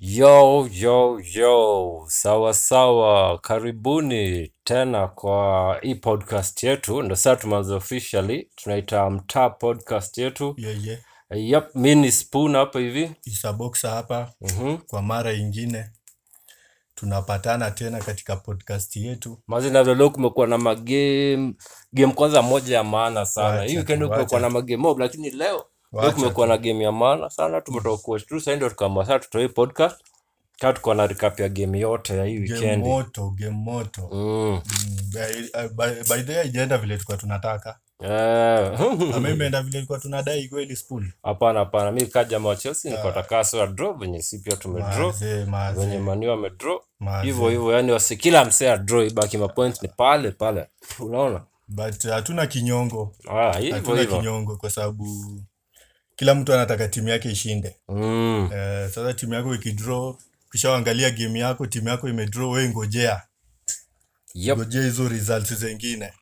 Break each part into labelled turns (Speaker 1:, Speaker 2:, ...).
Speaker 1: Yo, yo, yo, sawa sawa, karibuni tena kwa hii podcast yetu, ndo sasa tumeanza officially, tunaita mtaa podcast yetu.
Speaker 2: yeah, yeah.
Speaker 1: Yep, mi ni spoon hapa hivi.
Speaker 2: isaboksa hapa
Speaker 1: Mhm.
Speaker 2: kwa mara ingine tunapatana tena katika podcast yetu
Speaker 1: Mazi na leo kumekuwa na magame game kwanza moja ya maana sana. Hii
Speaker 2: Wacha
Speaker 1: weekend
Speaker 2: tu,
Speaker 1: kumekuwa
Speaker 2: wacha
Speaker 1: na
Speaker 2: tu.
Speaker 1: magame mob lakini leo leo
Speaker 2: wacha
Speaker 1: kumekuwa
Speaker 2: tu
Speaker 1: na game ya maana sana. Tumetoka coach tu sasa ndio tukaamua sasa tutoe podcast. Kaa tuko na recap ya game yote ya hii
Speaker 2: game
Speaker 1: weekend.
Speaker 2: moto game moto
Speaker 1: Mm.
Speaker 2: mm, by, uh, by, by the way haijaenda vile tulikuwa tunataka ama
Speaker 1: Eh.
Speaker 2: imeenda vile tulikuwa tunadai kweli spoon
Speaker 1: Hapana hapana, mi kaja wa Chelsea niko
Speaker 2: Ah,
Speaker 1: nataka sawa draw venye si pia tumedraw
Speaker 2: mazee
Speaker 1: venye
Speaker 2: mazee
Speaker 1: Manu amedraw hivyo
Speaker 2: mazee
Speaker 1: hivyo, yani wasi kila msee adraw ibaki mapoint ni pale pale. Unaona?
Speaker 2: but uh, hatuna kinyongo
Speaker 1: Ah, hivyo
Speaker 2: hatuna
Speaker 1: hivyo.
Speaker 2: kinyongo kwa sababu kila mtu anataka timu yake ishinde
Speaker 1: Mm.
Speaker 2: Eh, sasa timu yako ikidraw kishaangalia game yako timu yako imedraw we ngojea
Speaker 1: Yep.
Speaker 2: ngojea hizo results zingine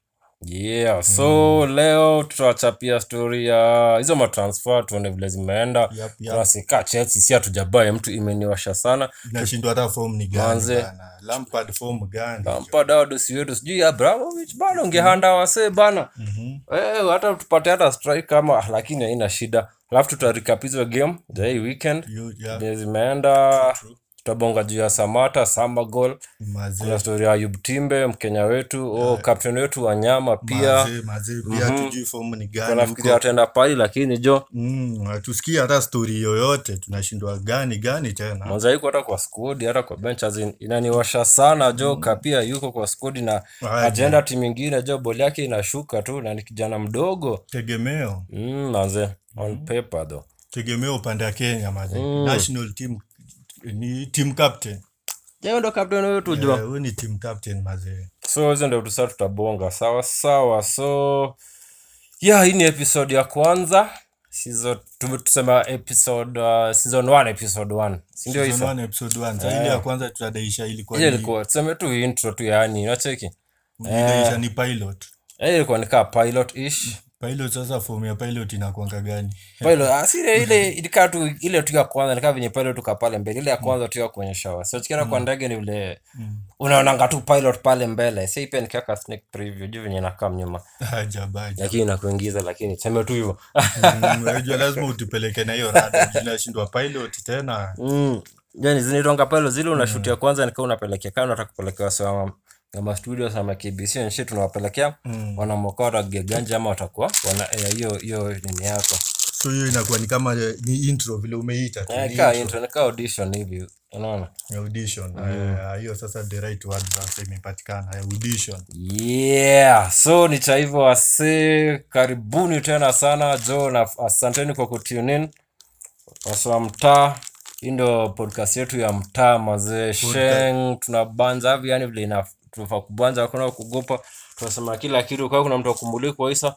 Speaker 1: Yeah, so
Speaker 2: mm.
Speaker 1: leo tutawachapia stori ya hizo matransfer, tuone vile zimeenda.
Speaker 2: yap, yap.
Speaker 1: Tunasika Chelsea, si hatujabai mtu, imeniwasha sana Tu-
Speaker 2: nashindwa hata form ni gani
Speaker 1: manze.
Speaker 2: bana lampard form gani jo
Speaker 1: Lampard hao dosi wetu, sijui Abramovich bana, ungehanda wasee bana
Speaker 2: mm-hmm.
Speaker 1: eh, hata tupate hata strike kama, ah, lakini haina shida. Alafu tutarikap hizo game za hii weekend
Speaker 2: you, yeah.
Speaker 1: vile
Speaker 2: true,
Speaker 1: zimeenda,
Speaker 2: true.
Speaker 1: tutabonga juu ya Samata Samba goal. Kuna
Speaker 2: mazee
Speaker 1: stori ya Ayub Timbe, Mkenya wetu, oh,
Speaker 2: uh,
Speaker 1: captain wetu Wanyama pia
Speaker 2: mazee mazee pia
Speaker 1: mhm
Speaker 2: tujui form ni
Speaker 1: Nilikuwa
Speaker 2: gani
Speaker 1: nafikiria
Speaker 2: huko
Speaker 1: wataenda pali lakini jo
Speaker 2: mm, hatusikii hata story yoyote tunashindwa gani gani tena
Speaker 1: Mwanza yuko hata kwa skodi hata kwa bench as in, inaniwasha sana jo
Speaker 2: mm.
Speaker 1: kapia yuko kwa skodi na
Speaker 2: aje
Speaker 1: ajenda timu ingine jo boli yake inashuka tu na ni kijana mdogo
Speaker 2: tegemeo
Speaker 1: mm, manze on
Speaker 2: mm.
Speaker 1: paper though
Speaker 2: tegemeo upande wa kenya mazee
Speaker 1: mm.
Speaker 2: national team ni team captain
Speaker 1: Yeye ndo captain wetu
Speaker 2: Eh,
Speaker 1: jo
Speaker 2: huyu ni team captain mazee
Speaker 1: so hizo ndio tusa tutabonga sawa sawa so yeah hii ni episode ya kwanza season tusema episode uh, season 1 episode 1 si ndio
Speaker 2: season
Speaker 1: isa
Speaker 2: 1 episode 1 sa ile ya
Speaker 1: eh
Speaker 2: kwanza tutadaisha ilikuwa
Speaker 1: ile
Speaker 2: ni
Speaker 1: ilikuwa tuseme tu intro tu yaani unacheki eh
Speaker 2: ulidaisha ni pilot
Speaker 1: Eh, ilikuwa ni kaa pilot ish
Speaker 2: pilot sasa fomu ya pilot inakuanga gani
Speaker 1: pilot asile ile ilikaa tu ile tu ya kwanza nikaa venye pilot tuka pale mbele ile ya kwanza tu ya kuonyesha wasi ukienda kwa
Speaker 2: Mm,
Speaker 1: ndege ni ule
Speaker 2: mm.
Speaker 1: unaonanga tu pilot pale mbele si pia nikiweka sneak preview juu venye nakaa mnyuma
Speaker 2: Ajabu, ajabu.
Speaker 1: lakini nakuingiza lakini sema tu hivyo
Speaker 2: Mm, unajua lazima utupeleke na hiyo rada juu nashindwa pilot tena
Speaker 1: mm. yani zinaitwanga pilot zile unashutia
Speaker 2: mm,
Speaker 1: kwanza nikaa unapelekea kama unataka kupelekea wasi wa kama studio sama KBC and shit tunawapelekea
Speaker 2: mm.
Speaker 1: wanaamua kuwa watageganja ama watakuwa wana eh, hiyo hiyo nini yako
Speaker 2: so hiyo inakuwa ni kama eh, ni intro vile umeiita tu
Speaker 1: Eh,
Speaker 2: ni
Speaker 1: kaa
Speaker 2: intro
Speaker 1: intro nika audition hivi unaona
Speaker 2: ya audition
Speaker 1: mm.
Speaker 2: eh, hiyo sasa the right word sasa imepatikana ya audition
Speaker 1: yeah so ni cha hivyo wase karibuni tena sana jo na asanteni kwa kutune in wase wa mtaa hii ndio podcast yetu ya mtaa mazee
Speaker 2: podcast
Speaker 1: sheng tunabanza hivi yani vile ina- tunafaa kubanja hakuna kugopa tunasema kila kitu kwa hiyo kuna mtu akumbulikwa isa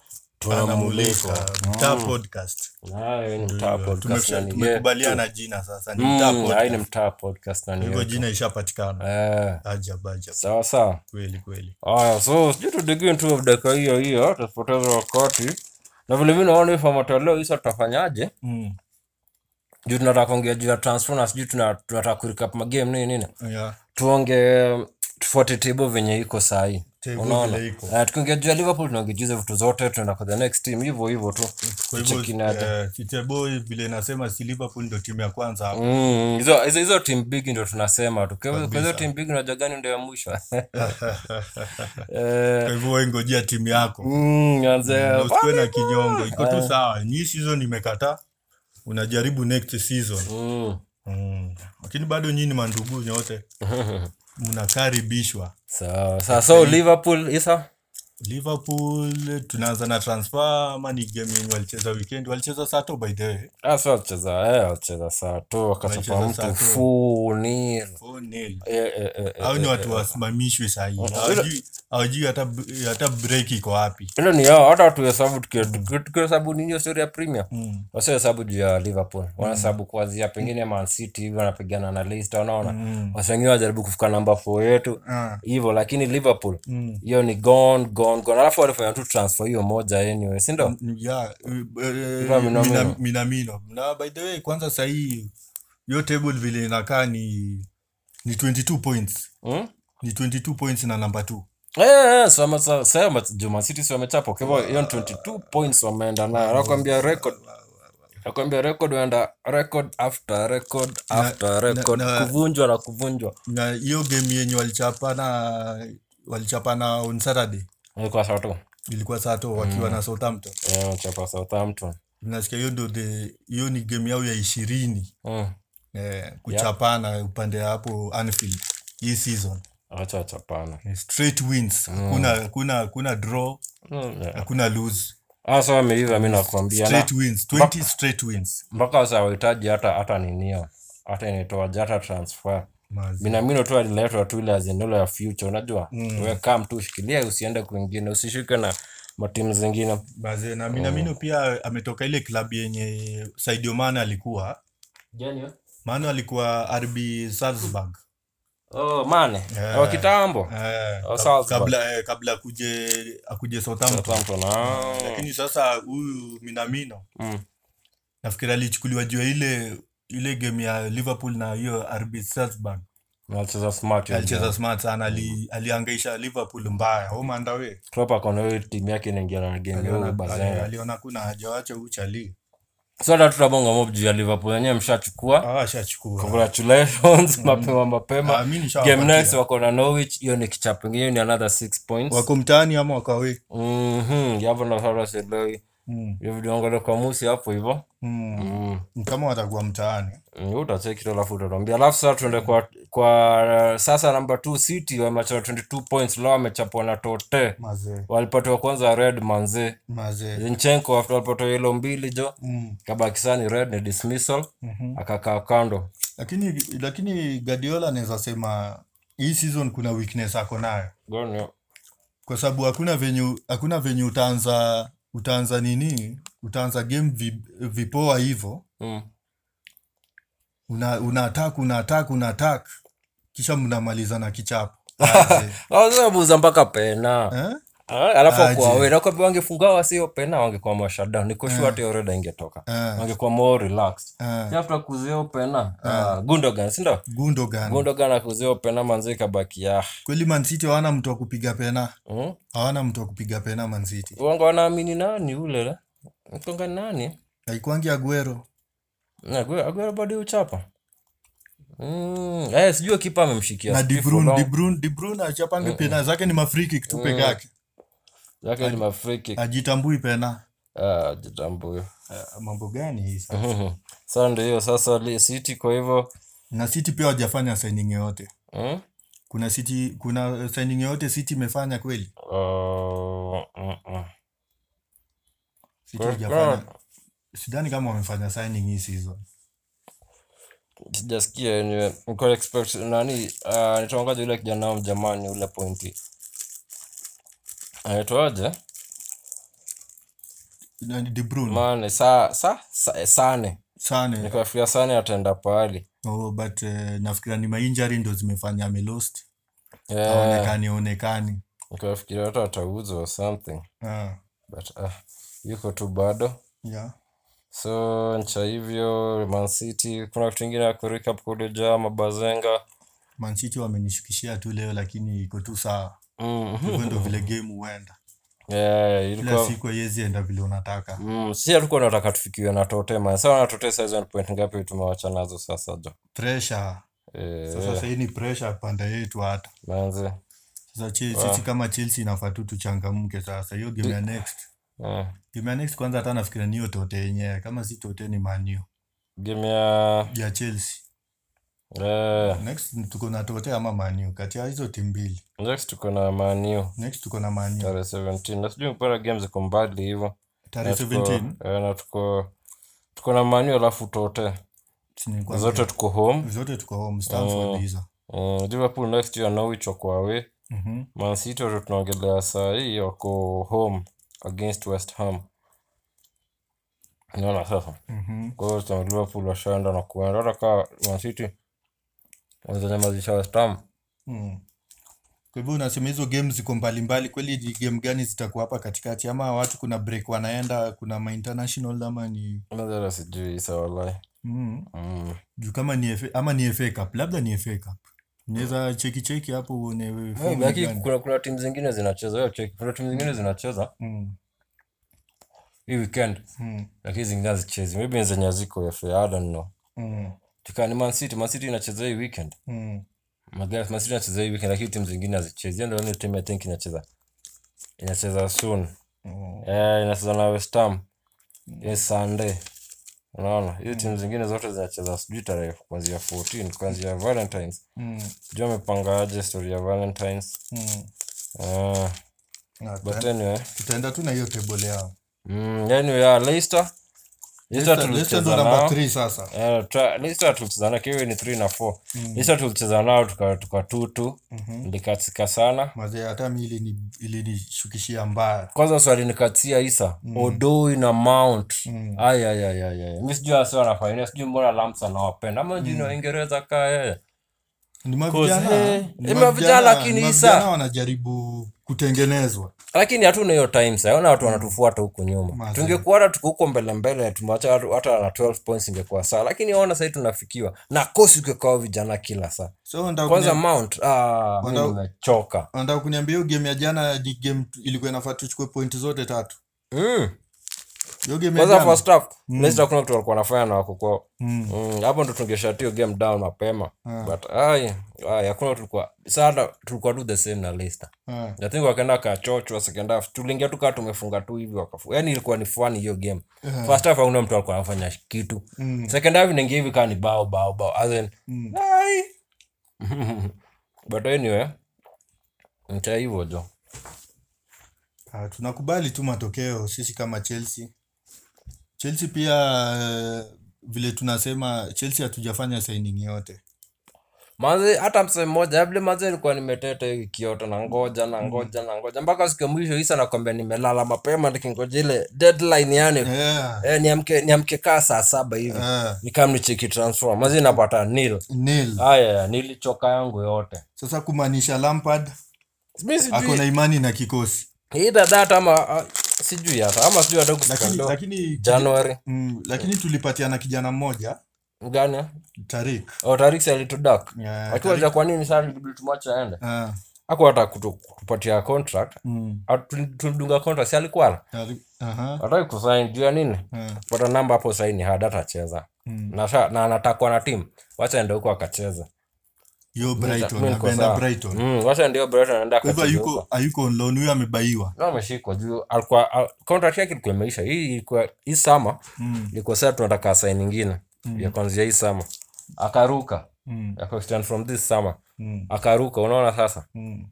Speaker 1: tunamulikwa
Speaker 2: anamulika mtaa
Speaker 1: mm.
Speaker 2: podcast
Speaker 1: nayo ni mtaa
Speaker 2: ndio
Speaker 1: podcast na
Speaker 2: tumesha-
Speaker 1: ni yetu
Speaker 2: Mm, tumekubaliana jina sasa ni mtaa
Speaker 1: mm, ai ni
Speaker 2: podcast
Speaker 1: mtaa podcast na
Speaker 2: kwa
Speaker 1: ni
Speaker 2: hivyo
Speaker 1: yetu
Speaker 2: jina ishapatikana
Speaker 1: eh,
Speaker 2: ajabu ajabu
Speaker 1: sawa sawa
Speaker 2: kweli kweli
Speaker 1: Aya, so sijui tudigi tu dakika hiyo hiyo, tutapoteza wakati na vilevile naona hii format ya leo hisa tutafanyaje
Speaker 2: mm.
Speaker 1: juu tunataka kuongea juu ya transfer na sijui tuna- tunataka kurikap magame nini nini,
Speaker 2: Eh, yeah.
Speaker 1: tuonge tufuate table venye iko sahii,
Speaker 2: table
Speaker 1: unaona
Speaker 2: vile iko
Speaker 1: Eh, tukiongea juu ya Liverpool tunaongea juu ya vitu zote, tunaenda kwa the next team hivyo hivyo tu
Speaker 2: Mm, kwa hivyo
Speaker 1: tuchekinaje.
Speaker 2: eh, si table vile nasema si liverpool ndio timu ya kwanza hapa
Speaker 1: Mm, hizo hizo hizo team big ndio tunasema tu. Kwa hivyo kwa hizo
Speaker 2: kabisa
Speaker 1: team big unajua gani ndio ya mwisho eh,
Speaker 2: kwa hivyo wengojea timu yako
Speaker 1: mm, anze
Speaker 2: mm, na usiwe na kinyongo iko tu
Speaker 1: eh,
Speaker 2: sawa ni hii season imekataa unajaribu next season
Speaker 1: mm.
Speaker 2: mm. lakini bado nyinyi ni mandugu nyote mnakaribishwa
Speaker 1: So, so, so
Speaker 2: Lakini
Speaker 1: Liverpool isa
Speaker 2: liverpool tunaanza na transfer ama ni game yenye walicheza weekend walicheza sato by the way
Speaker 1: asa wacheza eh, wacheza saa tu wakachapa
Speaker 2: walicheza
Speaker 1: mtu
Speaker 2: sato
Speaker 1: funil
Speaker 2: 4-0.
Speaker 1: eh, eh, eh, eh,
Speaker 2: au ni
Speaker 1: eh,
Speaker 2: watu
Speaker 1: eh, eh.
Speaker 2: wasimamishwe sahii
Speaker 1: Mm, mm, hilo-
Speaker 2: hawajui hawajui hata b- hata break iko wapi
Speaker 1: hilo ni yao hata tuhesabu tukihesabu ninyo story ya premier Mm.
Speaker 2: mm.
Speaker 1: wasiohesabu juu ya liverpool wanahesabu kuanzia pengine man city hivi wanapigana na leicester unaona
Speaker 2: Mm.
Speaker 1: waswengine wajaribu kufika namba 4 yetu
Speaker 2: Ah.
Speaker 1: hivyo lakini liverpool
Speaker 2: Mm.
Speaker 1: hiyo ni gone gone gone alafu walifanya tu transfer hiyo moja anyway si ndo
Speaker 2: Yeah, eh, eh,
Speaker 1: Kila Minamino.
Speaker 2: Mina- minamino na by the way kwanza sahii hiyo table vile inakaa ni ni 22 points
Speaker 1: mm?
Speaker 2: ni 22 points na namba 2
Speaker 1: Eh, eh, so wame- so- so wame- Juma City si wamechapa kwa hivyo hiyo ni 22 points wameenda nayo
Speaker 2: Mm.
Speaker 1: anakwambia record anakwambia record waenda record after record after record
Speaker 2: na- na-
Speaker 1: kuvunjwa na kuvunjwa
Speaker 2: na hiyo game yenye walichapana walichapana on saturday
Speaker 1: ilikuwa sawa tu
Speaker 2: ilikuwa sato wakiwa na southampton
Speaker 1: eh wamechapa Southampton
Speaker 2: nasikia hiyo ndo the hiyo ni game yao ya ishirini
Speaker 1: mm
Speaker 2: eh, kuchapana upande ya hapo anfield hii season
Speaker 1: acha wachapana
Speaker 2: straight wins hakuna hakuna hakuna draw
Speaker 1: mm yeah.
Speaker 2: hakuna lose
Speaker 1: ah so wameiva mimi nakwambia na
Speaker 2: straight wins 20 straight wins
Speaker 1: mpaka sasa hawahitaji hata hata ninio hata inaitwa hata transfer
Speaker 2: Mazi.
Speaker 1: minamino tu aliletwa tu ile azinolo ya future unajua mm. we kam tu ushikilie usiende kwingine usishike na matimu zingine
Speaker 2: Mazi, na minamino pia ametoka ile klabu yenye Sadio Mane alikuwa Mane alikuwa RB Salzburg
Speaker 1: oh, mane
Speaker 2: Yeah.
Speaker 1: yeah. kitambo
Speaker 2: eh,
Speaker 1: Oh,
Speaker 2: kab-
Speaker 1: Salzburg.
Speaker 2: kabla eh, kabla akuje akuje Southampton Oh.
Speaker 1: Southampton, ah.
Speaker 2: lakini sasa huyu minamino
Speaker 1: Mm.
Speaker 2: nafikiri alichukuliwa juu ya ile ile game ya Liverpool na hiyo RB Salzburg
Speaker 1: Alicheza smart yule.
Speaker 2: alicheza smart sana ali, aliangaisha Liverpool mbaya omandawe
Speaker 1: Klopp akona hiyo timu yake inaingia na game hiyo
Speaker 2: aliona
Speaker 1: bazaa
Speaker 2: aliona kuna haja wache uchali
Speaker 1: so hata tutabonga mob juu ya liverpool yenyewe mshachukua
Speaker 2: ashachukua
Speaker 1: congratulations mapema mapema
Speaker 2: Mm. Ah, mi nishawapatia.
Speaker 1: game next wako na norwich hiyo ni kichapo ingine ni another six points
Speaker 2: wako mtaani ama wakawe
Speaker 1: Mhm, hapo na Farah Sedloi.
Speaker 2: mm.
Speaker 1: Hiyo video angalia kwa musi hapo hivyo
Speaker 2: mm.
Speaker 1: mm.
Speaker 2: kama watakuwa mtaani
Speaker 1: Mm, utacheki tu alafu utatwambia alafu sasa tuende kwa, kwa uh, sasa namba 2 city wamechapa 22 points lao wamechapwa na tote
Speaker 2: mazee
Speaker 1: walipatiwa kwanza red manze
Speaker 2: mazee
Speaker 1: zinchenko after walipatiwa yellow mbili jo
Speaker 2: mm.
Speaker 1: kabakisani red ni dismissal
Speaker 2: mm
Speaker 1: akakaa kando
Speaker 2: lakini lakini Guardiola anaweza sema hii season kuna weakness ako nayo
Speaker 1: Gone, yo.
Speaker 2: kwa sababu hakuna venye hakuna venye utaanza utaanza nini utaanza game vi, vipoa hivyo
Speaker 1: Mm.
Speaker 2: una una attack una attack una attack kisha mnamaliza na kichapo Aje.
Speaker 1: wazabuza Ah, mpaka pena
Speaker 2: eh?
Speaker 1: Ah, alafu
Speaker 2: Aje.
Speaker 1: akuawe nakwambia wangefungawa sio pena wangekuwa mashada nikoshua hata hiyo red ingetoka
Speaker 2: eh,
Speaker 1: wangekuwa more relaxed
Speaker 2: eh.
Speaker 1: after kuzio pena uh, gundogan sindo
Speaker 2: Gundogan
Speaker 1: gundogan akuzio pena manzi kabaki ya
Speaker 2: kweli Man City hawana mtu wa kupiga pena
Speaker 1: mm?
Speaker 2: hawana mtu wa kupiga pena Man City
Speaker 1: wanga wanaamini nani ule la mtonga nani
Speaker 2: haikwangi Aguero
Speaker 1: aguero bado uchapa mm. eh, sijui kipa amemshikia
Speaker 2: na De
Speaker 1: Stiff
Speaker 2: Bruyne
Speaker 1: long.
Speaker 2: De Bruyne De Bruyne achapangi pena zake ni mafree kick tu peke yake
Speaker 1: yake ni mafriki
Speaker 2: ajitambui pena
Speaker 1: ah, jitambuyo
Speaker 2: Eh, mambo gani hii sasa?
Speaker 1: sasa ndio hiyo sasa li- city kwa hivyo
Speaker 2: na City pia hawajafanya signing yoyote
Speaker 1: mm?
Speaker 2: kuna City kuna signing yoyote City imefanya kweli?
Speaker 1: uh, uh, uh.
Speaker 2: City
Speaker 1: Kwa-
Speaker 2: hajafanya. Sidhani kama wamefanya signing hii season.
Speaker 1: sijasikia anyway. Niko expect nani uh, nitaongaje yule kijana wao jamani ule pointi anaitwaje
Speaker 2: Na De Bruyne
Speaker 1: mane sa, sa, sa, eh, sane
Speaker 2: Sane.
Speaker 1: nikafikiria sane ataenda pahali
Speaker 2: Oh, but eh, nafikira ni mainjury ndo zimefanya amelost.
Speaker 1: yeah,
Speaker 2: Haonekani onekani.
Speaker 1: Eh, nikafikiria hata atauzwa or something
Speaker 2: Ah,
Speaker 1: but uh, yuko tu bado
Speaker 2: yeah.
Speaker 1: so ncha hivyo mancity kuna kitu ingine ya kurikap kulejaa mabazenga
Speaker 2: Man City wamenishukishia tu leo lakini iko tu sawa.
Speaker 1: mm.
Speaker 2: Hivyo ndo vile game huenda.
Speaker 1: yeah,
Speaker 2: Kila
Speaker 1: ilikuwa
Speaker 2: siku haiwezi enda vile unataka.
Speaker 1: Mm, si hatukuwa nataka tufikiwe na tote man. Sasa na tote sasa ni point ngapi tumewacha nazo sasa jo?
Speaker 2: Pressure.
Speaker 1: Eh,
Speaker 2: Sasa sasa hii ni pressure pande yetu hata.
Speaker 1: manze.
Speaker 2: Sasa Chelsea sisi kama Chelsea inafaa tu tuchangamke sasa. Hiyo game ya next.
Speaker 1: Eh,
Speaker 2: Game ya next kwanza hata nafikira niyo tote yenyewe kama si tote ni manio
Speaker 1: game ya
Speaker 2: ya Chelsea.
Speaker 1: eh,
Speaker 2: Next ni tuko na tote ama manio kati ya hizo timu mbili.
Speaker 1: next tuko na Man U
Speaker 2: Next tuko na manio
Speaker 1: tarehe 17. Na sijui mpaka game ziko mbali hivyo. Na
Speaker 2: tarehe
Speaker 1: tuko-
Speaker 2: 17
Speaker 1: Eh, na tuko tuko na Man U alafu tote.
Speaker 2: ni kwa
Speaker 1: Zote tuko home.
Speaker 2: zote tuko home Stamford hizo.
Speaker 1: Mm, Liverpool next year Norwich wako away.
Speaker 2: Mhm.
Speaker 1: mansiti watu tunaongelea saa hii wako home against west ham naona sasa
Speaker 2: Mhm.
Speaker 1: kwa hiyo sema liverpool washaenda na kuenda hata kaa mansiti wazanyamazisha west ham
Speaker 2: Mm. Kwa hivyo unasema hizo game ziko mbalimbali, kweli ni game gani zitakuwa hapa katikati, ama watu kuna break wanaenda, kuna ma international ama ni
Speaker 1: nazara sijui isa wallahi
Speaker 2: mm.
Speaker 1: mm.
Speaker 2: juu kama ni FA, ama ni FA Cup, labda ni FA Cup, unaweza cheki cheki hapo uone wewe form ni
Speaker 1: Lakini
Speaker 2: gani.
Speaker 1: Hmm. kuna, kuna timu zingine zinacheza wewe check, kuna timu zingine zinacheza
Speaker 2: Mm.
Speaker 1: hii weekend
Speaker 2: Mm.
Speaker 1: lakini zingine hazichezi maybe ni zenye haziko fa I don't know
Speaker 2: Mm.
Speaker 1: tukaa ni man city man city inacheza hii weekend
Speaker 2: Mm.
Speaker 1: Magari- man city inacheza hii weekend lakini timu zingine hazichezi hiyo ndio only timu i think inacheza inacheza soon
Speaker 2: Oh.
Speaker 1: eh inacheza na west ham yes sunday unaona
Speaker 2: Mm.
Speaker 1: hizi timu zingine zote zinacheza sijui tarehe kuanzia 14 kuanzia valentines
Speaker 2: Mm.
Speaker 1: sijui wamepangaje story ya valentines
Speaker 2: Mm.
Speaker 1: ah
Speaker 2: Na
Speaker 1: but
Speaker 2: tuta-
Speaker 1: anyway
Speaker 2: tutaenda tu na hiyo table yao.
Speaker 1: Mm, yani ya Leicester Leicester
Speaker 2: Leicester Leicester
Speaker 1: tulicheza
Speaker 2: ndo namba
Speaker 1: nao
Speaker 2: 3 sasa.
Speaker 1: Eh, tra- Leicester tulicheza nao kiwe ni 3 na 4
Speaker 2: Mm.
Speaker 1: Leicester tulicheza nao tuka tuka tutu
Speaker 2: Mhm.
Speaker 1: ndikatika sana
Speaker 2: Mazee, hata mimi ilini ilinishukishia mbaya.
Speaker 1: kwanza swali nikatia Isa Odoi na Mount
Speaker 2: Mm.
Speaker 1: aya aya aya aya mimi sijui hasa wanafanya sijui mbona Lamsa anawapenda ama juu ni Waingereza kaa yeye
Speaker 2: Ni
Speaker 1: Cause,
Speaker 2: mavijana,
Speaker 1: eh,
Speaker 2: ni
Speaker 1: eh,
Speaker 2: mavijana-
Speaker 1: mavijana lakini
Speaker 2: ni
Speaker 1: Isa.
Speaker 2: mavijana wanajaribu kutengenezwa.
Speaker 1: lakini hatuna hiyo time sasa ona watu wanatufuata huku nyuma
Speaker 2: Mazee.
Speaker 1: tungekuwa hata tuko huko mbele mbele tumeacha watu- hata na 12 points ingekuwa sawa lakini ona sasa tunafikiwa na kosi ukikwao vijana kila saa
Speaker 2: So wanataka
Speaker 1: kwanza
Speaker 2: kuniam-
Speaker 1: mount ah, mi
Speaker 2: Wana-
Speaker 1: nimechoka
Speaker 2: wanataka kuniambia hiyo game ya jana ni game tu- ilikuwa inafaa tuchukue point zote tatu.
Speaker 1: mm.
Speaker 2: Hiyo game ya
Speaker 1: kwanza
Speaker 2: jana.
Speaker 1: first half Leicester hakuna kitu walikuwa wanafanya na wako kwao
Speaker 2: Mm.
Speaker 1: Mm, hapo ndo tungeshat hiyo game down mapema
Speaker 2: Ah.
Speaker 1: but ai ai hakuna tulikuwa sana tulikuwa do the same na Leicester
Speaker 2: Ah.
Speaker 1: I think wakaenda kachochwa second half tuliingia tu kama tumefunga tu hivi wakafu yani ilikuwa ni fun hiyo game
Speaker 2: Ah.
Speaker 1: first half hakuna mtu alikuwa anafanya kitu
Speaker 2: Mm.
Speaker 1: second half inaingia hivi kaa ni bao bao bao as in
Speaker 2: Mm.
Speaker 1: ai but anyway nita hivyo jo
Speaker 2: Ah, tunakubali tu matokeo sisi kama Chelsea. Chelsea pia eh, vile tunasema Chelsea hatujafanya signing yote.
Speaker 1: Manze, hata msee mmoja vile manze alikuwa nimeteta hiyo wiki yote na ngoja na ngoja na ngoja mpaka siku ya mwisho Isa nakwambia nimelala mapema nikingoja ile deadline yani
Speaker 2: Yeah.
Speaker 1: eh, niamke niamke kaa saa saba hivi
Speaker 2: Ah,
Speaker 1: nikam nicheki transfer manze inapata nil
Speaker 2: nil.
Speaker 1: aya nilichoka yangu yote
Speaker 2: Sasa kumaanisha Lampard
Speaker 1: mi
Speaker 2: ako na
Speaker 1: sijui
Speaker 2: imani na kikosi.
Speaker 1: hii dadata ama ah, sijui hata ama sijui hata
Speaker 2: Lakini
Speaker 1: kusikando
Speaker 2: lakini
Speaker 1: januari
Speaker 2: mm, lakini tulipatiana kijana mmoja
Speaker 1: gani
Speaker 2: Tariq.
Speaker 1: o tariksi alitudak
Speaker 2: Yeah,
Speaker 1: wakiwaja kwa nini saa tumacha aende
Speaker 2: Ah,
Speaker 1: aku hata kutupatia contract
Speaker 2: mm.
Speaker 1: Ah, tuli- tulimdunga contract si alikuwa
Speaker 2: Tariq. Aha.
Speaker 1: hataki kusain juu ya nini
Speaker 2: Ah,
Speaker 1: pata namba hapo saini hada atacheza
Speaker 2: mm.
Speaker 1: na, sha- na anatakwa na timu wacha ende huko akacheze
Speaker 2: Yo Brighton,
Speaker 1: Mi niko
Speaker 2: napenda
Speaker 1: sawa.
Speaker 2: Brighton.
Speaker 1: Mm, wacha ndio Brighton aende
Speaker 2: Kwa hivyo
Speaker 1: akacheze
Speaker 2: hayuko
Speaker 1: huko
Speaker 2: hayuko on loan, huyo amebaiwa.
Speaker 1: na ameshikwa juu alikuwa al- contract yake ilikuwa imeisha hii ilikuwa hii sama
Speaker 2: Mm.
Speaker 1: ilikuwa sasa tunataka saini nyingine ya kuanzia hii sama akaruka
Speaker 2: Mm.
Speaker 1: ya extend from this summer
Speaker 2: Mm.
Speaker 1: akaruka unaona sasa
Speaker 2: Mm.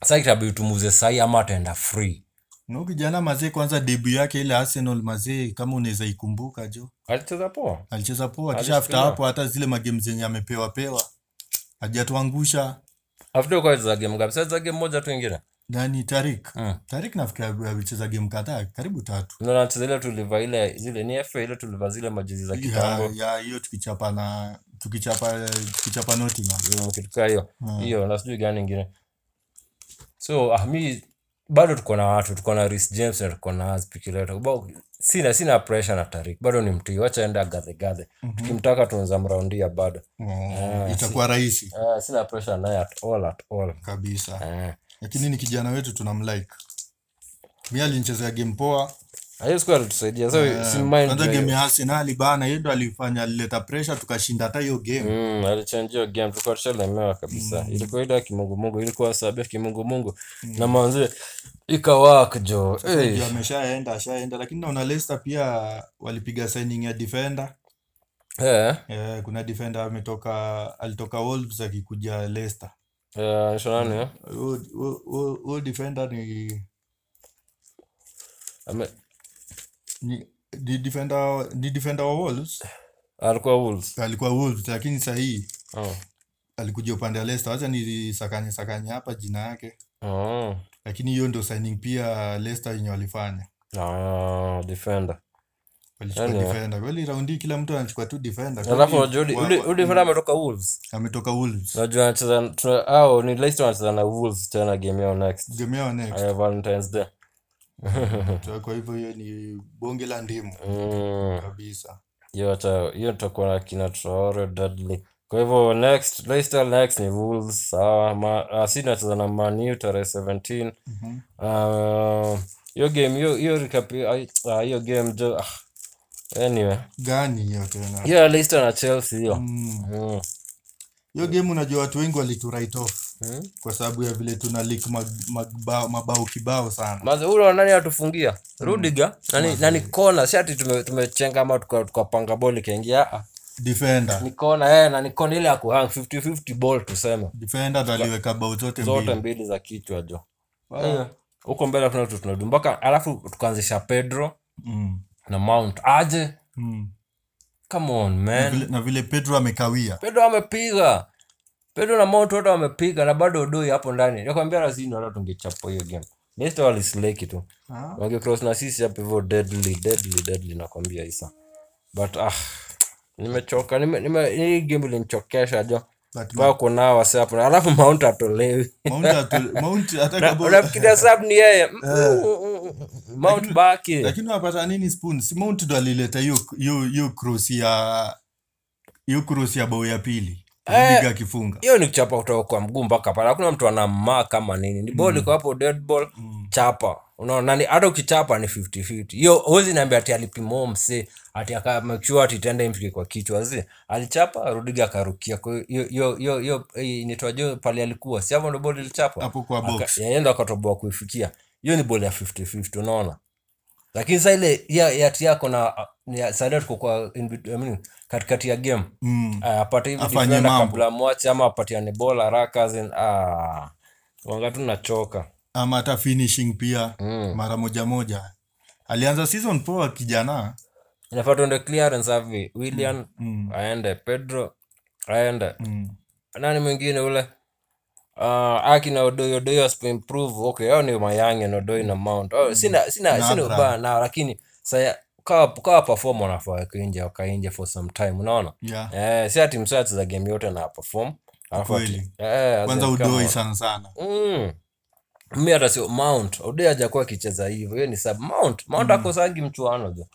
Speaker 1: sasa itabidi tumuuze sahi ama ataenda free
Speaker 2: No, kijana mazee, kwanza debu yake ile Arsenal mazee, kama unaweza ikumbuka jo,
Speaker 1: alicheza poa
Speaker 2: alicheza poa, kisha
Speaker 1: Alicheza.
Speaker 2: after hapo hata zile magemu zenye amepewa pewa hajatuangusha.
Speaker 1: afuta kwa alicheza game ngapi sasa game moja tu ingine
Speaker 2: Nani Tariq?
Speaker 1: mm.
Speaker 2: Tariq nafikiri alicheza game kadhaa, karibu tatu.
Speaker 1: Ndio nacheza ile tuliva ile zile ni FA ile tuliva zile majezi za
Speaker 2: Ya
Speaker 1: kitambo
Speaker 2: ya hiyo tukichapa na tukichapa tukichapa Nottingham.
Speaker 1: Mm, kitu kaa hiyo
Speaker 2: Mm.
Speaker 1: hiyo na sijui gani ingine so ah, mi bado tuko na watu tuko na Reece James na tuko na Azpilicueta Ba- sina sina pressure na Tariq bado ni mtii wacha enda gadhe gadhe
Speaker 2: Mhm.
Speaker 1: tukimtaka tunza mraundia bado
Speaker 2: Oh, itakuwa rahisi
Speaker 1: Ah, sina pressure naye at all at all
Speaker 2: kabisa.
Speaker 1: Ah.
Speaker 2: Lakini ni kijana wetu tunamlike. Mimi alinichezea game poa.
Speaker 1: Ah, hiyo siku alitusaidia so
Speaker 2: Eh,
Speaker 1: si mind
Speaker 2: Kwanza
Speaker 1: juu ya
Speaker 2: game
Speaker 1: hiyo.
Speaker 2: ya Arsenal bana, yeye ndo alifanya alileta pressure tukashinda hata hiyo game.
Speaker 1: Mm, alichangia game tulikuwa tushalemewa kabisa ilikuwa ile ya kimungumungu ilikuwa sababu ya kimungumungu na manzi ikawak jo hey.
Speaker 2: Ndio ameshaenda ashaenda, lakini naona Leicester pia walipiga signing ya defender.
Speaker 1: eh,
Speaker 2: Eh, kuna defender ametoka alitoka Wolves akikuja Leicester.
Speaker 1: eh, shonani eh?
Speaker 2: Huyo huyo- huyo- huyo defender ni
Speaker 1: Ame-
Speaker 2: ni ni defender ni defender wa Wolves
Speaker 1: alikuwa Wolves.
Speaker 2: alikuwa Wolves, lakini sahii
Speaker 1: Oh.
Speaker 2: alikuja upande wa Leicester. Wacha nisakanye sakanye hapa jina yake,
Speaker 1: Mm.
Speaker 2: lakini hiyo ndo signing pia Leicester yenye walifanya
Speaker 1: Ah, defender.
Speaker 2: walichukua
Speaker 1: Yaani-
Speaker 2: defender. Kweli raundi hii kila mtu anachukua tu defender.
Speaker 1: Alafu
Speaker 2: Kweli,
Speaker 1: unajua uli-
Speaker 2: wa-
Speaker 1: uli-
Speaker 2: wa- mm,
Speaker 1: uli defender ametoka Wolves.
Speaker 2: ametoka Wolves.
Speaker 1: Unajua anacheza tuna- au ni Leicester wanacheza na Wolves tena game yao next.
Speaker 2: Game yao next.
Speaker 1: Uh, Valentine's Day.
Speaker 2: So, Kwa hivyo hiyo ni bonge la ndimu
Speaker 1: Mm.
Speaker 2: kabisa.
Speaker 1: hiyo ata- hiyo tutakuwa na kina Traore Dudley. Kwa hivyo next Leicester next ni Wolves sawa. Ma, ah, City inacheza na Man U tarehe 17.
Speaker 2: Mhm.
Speaker 1: Ah, hiyo game hiyo hiyo recap ai- ah, hiyo game jo ah. Anyway,
Speaker 2: Gani hiyo tena?
Speaker 1: hiyo ya Leicester na Chelsea hiyo.
Speaker 2: Mm.
Speaker 1: Mm.
Speaker 2: Hiyo game unajua watu wengi walitu write off
Speaker 1: Mm.
Speaker 2: kwa sababu ya vile tuna leak mag- magbao- mabao kibao sana.
Speaker 1: Maze ule nani atufungia? Rudiger? Nani nani kona si ati tume- tumechenga ama tuka- tukapanga ball ikaingia. Ah,
Speaker 2: Defender.
Speaker 1: Ni kona eh na ni kona ile ya kuhang 50-50 ball tuseme.
Speaker 2: Defender ndo aliweka bao zote
Speaker 1: Zote
Speaker 2: mbili.
Speaker 1: mbili za kichwa jo. Eh, huko mbele hatuna tu tunadu mpaka alafu tukaanzisha pedro
Speaker 2: Mm.
Speaker 1: na mount aje
Speaker 2: Mm.
Speaker 1: come on man
Speaker 2: Vile- na vile Pedro amekawia
Speaker 1: pedro amepiga pedro na mount wote wamepiga na bado odoi hapo ndani nakwambia razini wala tungechapa hiyo game Leicester walisleki tu wangecross na sisi hapo hivyo deadly deadly deadly nakwambia isa but ah nimechoka nime, nime, hii game ilinichokesha jo
Speaker 2: But
Speaker 1: mpaka kunao wase hapo alafu mount atolewi
Speaker 2: Mount atu- Mount hata kabla-
Speaker 1: unafikiria sab ni yeye Mm, mm, mm, mm. mount baki
Speaker 2: lakini unapata nini spoon si Mount ndo alileta hiyo hiyo hiyo cross ya hiyo cross ya bao ya pili Rudiger
Speaker 1: Eh.
Speaker 2: akifunga
Speaker 1: hiyo ni kuchapa kutoka kwa mguu mpaka pale hakuna mtu anammaa kama nini ni
Speaker 2: Mm.
Speaker 1: ball iko hapo dead ball chapa unaona ni hata ukichapa ni 50-50 hiyo huwezi niambia ati alipimua msee ati aka make sure ati tenda imfike kwa kichwa zi alichapa Rudiger akarukia kwa hiyo- hiyo hiyo hiyo hiyo eh, inaitwa jo pale alikuwa si hapo ndo ball ilichapa
Speaker 2: hapo kwa box
Speaker 1: yeye ndo akatoboa kuifikia hiyo ni ball ya 50-50 unaona lakini sasa ile ya ya ati yako na ya sasa tuko kwa in between- I mean, katikati ya game
Speaker 2: mm.
Speaker 1: Ah, apate hivi
Speaker 2: Afanye
Speaker 1: defender
Speaker 2: mambo.
Speaker 1: kabla mwache ama apatiane bola haraka as in, ah, wanga tu nachoka
Speaker 2: ama hata finishing pia
Speaker 1: Mm.
Speaker 2: mara moja moja alianza season poa kijana
Speaker 1: inafaa tuende clearance hivi william
Speaker 2: mm.
Speaker 1: aende pedro aende
Speaker 2: Mm.
Speaker 1: nani mwingine ule Ah, aki na odoi odoi waspo improve okay hao ni mayange na odoi na mount oh, sina sina
Speaker 2: Mm. Na
Speaker 1: sina
Speaker 2: Abraham.
Speaker 1: ubaya nao lakini saya kawa kawa perform wanafaa wake nje wakae nje for some time unaona
Speaker 2: Yeah.
Speaker 1: eh si ati msee acheza game yote na perform alafu ati-
Speaker 2: Kweli.
Speaker 1: eh, as in
Speaker 2: kwanza
Speaker 1: kama-
Speaker 2: udoi sana sana
Speaker 1: Mm. mi hata sio mount odei hajakuwa akicheza hivyo hiyo ni sub mount mount
Speaker 2: Mm.
Speaker 1: akosangi mchuano jo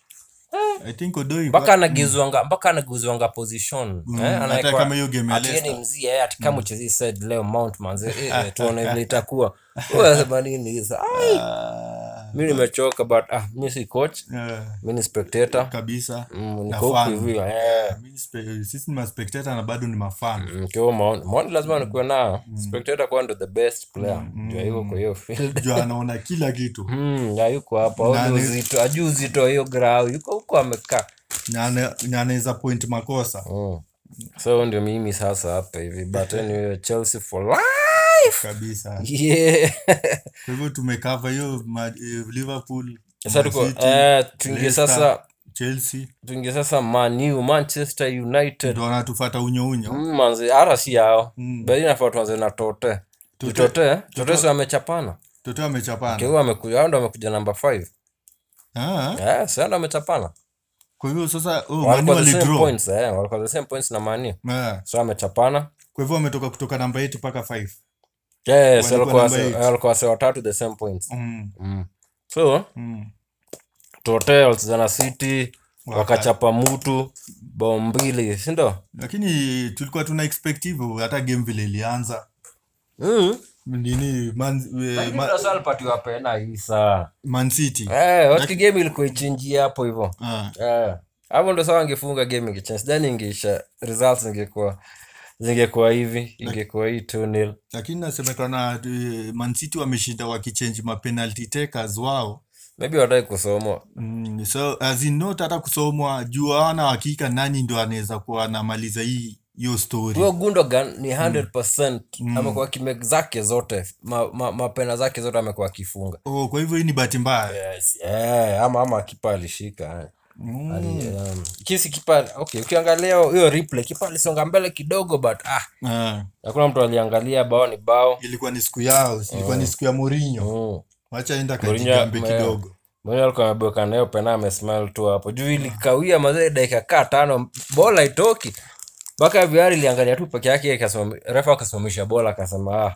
Speaker 2: i think udoi
Speaker 1: mpaka anageuzwanga mpaka anageuzwanga position
Speaker 2: Mm,
Speaker 1: eh,
Speaker 2: hata
Speaker 1: anawekwa-
Speaker 2: kama hiyo game ya
Speaker 1: ati yeye ni
Speaker 2: Leicester. Mm.
Speaker 1: mzee eh, ati kama uchezi said leo mount manze eh, eh, tuone vile itakuwa Wewe unasema nini sasa Ai,
Speaker 2: Ah,
Speaker 1: mi nimechoka but ah mi si coach
Speaker 2: yeah,
Speaker 1: mi ni spectator
Speaker 2: kabisa
Speaker 1: mm,
Speaker 2: Na
Speaker 1: niko huku
Speaker 2: fan.
Speaker 1: hivi eh
Speaker 2: Mi ni spe- sisi ni maspectator na bado ni mafan
Speaker 1: mm, kwa hiyo mount mount lazima nikuwe nayo
Speaker 2: Mm.
Speaker 1: spectator kwa ndo the best player ndio yuko kwa hiyo field
Speaker 2: juu anaona kila kitu
Speaker 1: Mm, ya yuko hapa au ni
Speaker 2: Nani-
Speaker 1: uzito ajui uzito wa hiyo grau yuko huko amekaa
Speaker 2: na ana- na anaweza point makosa
Speaker 1: mm. so ndio mimi sasa hapa hivi but anyway, Chelsea for life
Speaker 2: kabisa
Speaker 1: yeah.
Speaker 2: kwa hivyo tumekava hiyo ma- eh, liverpool
Speaker 1: sasa
Speaker 2: Man
Speaker 1: tuko
Speaker 2: City,
Speaker 1: eh, tuingie
Speaker 2: Leicester,
Speaker 1: sasa
Speaker 2: chelsea
Speaker 1: tuingie sasa Man U, Manchester United
Speaker 2: ndo anatufata unyounyo
Speaker 1: mm, manzi hata si yao
Speaker 2: Mm.
Speaker 1: bali nafaa tuanze na Tote Ni
Speaker 2: Tote-
Speaker 1: Tote eh? Tote sio amechapana
Speaker 2: toto amechapana
Speaker 1: kiu amekuja hao ndo amekuja namba 5
Speaker 2: Ah,
Speaker 1: eh sio ndo amechapana
Speaker 2: kwa hivyo sasa oh, Manu
Speaker 1: walikuwa the same
Speaker 2: walidraw.
Speaker 1: points eh walikuwa the same points na Man U
Speaker 2: Ah,
Speaker 1: sio amechapana
Speaker 2: kwa hivyo wametoka kutoka namba 8 mpaka 5
Speaker 1: yes
Speaker 2: Walikuwa
Speaker 1: walikuwa
Speaker 2: namba
Speaker 1: wase-
Speaker 2: eight.
Speaker 1: walikuwa wase watatu the same points
Speaker 2: mm,
Speaker 1: mm. so
Speaker 2: mm.
Speaker 1: tote walicheza na city
Speaker 2: Waka-
Speaker 1: wakachapa mutu bao mbili sindo
Speaker 2: lakini tulikuwa tuna expect hivyo hata game vile ilianza
Speaker 1: Mm.
Speaker 2: nini man, eh, ma,
Speaker 1: Sasa alipatiwa pena hii saa.
Speaker 2: man city
Speaker 1: Eh, wati game ilikuwa ichinji hapo hivyo
Speaker 2: ah,
Speaker 1: Eh, hapo ndo sawa angefunga game ingechange then ingeisha results zingekuwa zingekuwa hivi ingekuwa hii 2-0
Speaker 2: lakini nasemekana eh, man city wameshinda wakichange mapenalty takers wao
Speaker 1: maybe wataki kusoma
Speaker 2: Mm, so as in not hata kusomwa juu hawana hakika nani ndo anaweza kuwa anamaliza hii hiyo story
Speaker 1: huyo gundogan ni
Speaker 2: Mm.
Speaker 1: 100% amekuwa kimake zake zote mapena ma, mapena zake zote amekuwa akifunga
Speaker 2: oh, kwa hivyo hii ni bahati mbaya
Speaker 1: yes. eh, ama ama akipa alishika eh.
Speaker 2: Mm,
Speaker 1: Ali- um, kisi kipa okay ukiangalia hiyo replay kipa alisonga mbele kidogo but ah
Speaker 2: Ah,
Speaker 1: hakuna mtu aliangalia bao ni bao
Speaker 2: ilikuwa ni siku yao ilikuwa ni siku ya Mourinho
Speaker 1: mm.
Speaker 2: wacha enda
Speaker 1: Mourinho,
Speaker 2: kajigambe
Speaker 1: eh,
Speaker 2: kidogo
Speaker 1: Mwenye alikuwa amebweka nayo pena amesmile tu hapo juu ilikawia mazee dakika kaa tano bola itoki mpaka viari iliangalia tu peke yake ikasimami- refa akasimamisha bola akasema ah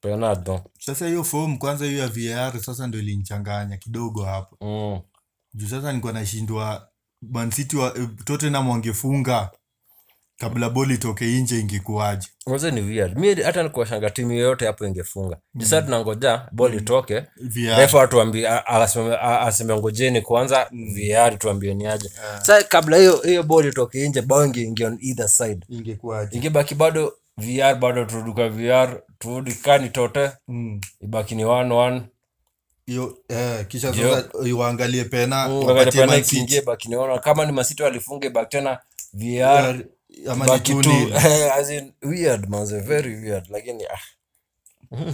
Speaker 1: penado
Speaker 2: sasa hiyo form kwanza hiyo ya VAR sasa ndio ilinichanganya kidogo hapo
Speaker 1: mm.
Speaker 2: juu sasa nilikuwa nashindwa Man City wa eh, Tottenham wangefunga kabla boli itoke nje ingekuwaje
Speaker 1: Wazee ni weird mi hata nikuwashanga timu yoyote hapo ingefunga mm. sasa tunangoja bol itoke
Speaker 2: VAR
Speaker 1: refa atuambie a- a- aseme- a- aseme ngojeni kwanza viari tuambieni aje sa kabla hiyo hiyo bol itoke nje bao ingeingia on either side
Speaker 2: ingekuwaje
Speaker 1: ingebaki bado vr bado turudi kwa vr turudi kani tote
Speaker 2: Mm.
Speaker 1: ibaki ni 1-1.
Speaker 2: hiyo eh, kisha
Speaker 1: Ndio.
Speaker 2: sasa eh, waangalie pena
Speaker 1: Mm, wakati
Speaker 2: wapatie
Speaker 1: pena
Speaker 2: Man City.
Speaker 1: ikiingia ibaki ni 1-1. kama ni masito alifunga ibaki tena vr
Speaker 2: Eh, ama ni
Speaker 1: ibaki
Speaker 2: two
Speaker 1: tu
Speaker 2: nil.
Speaker 1: As in, weird manze very weird lakini ah.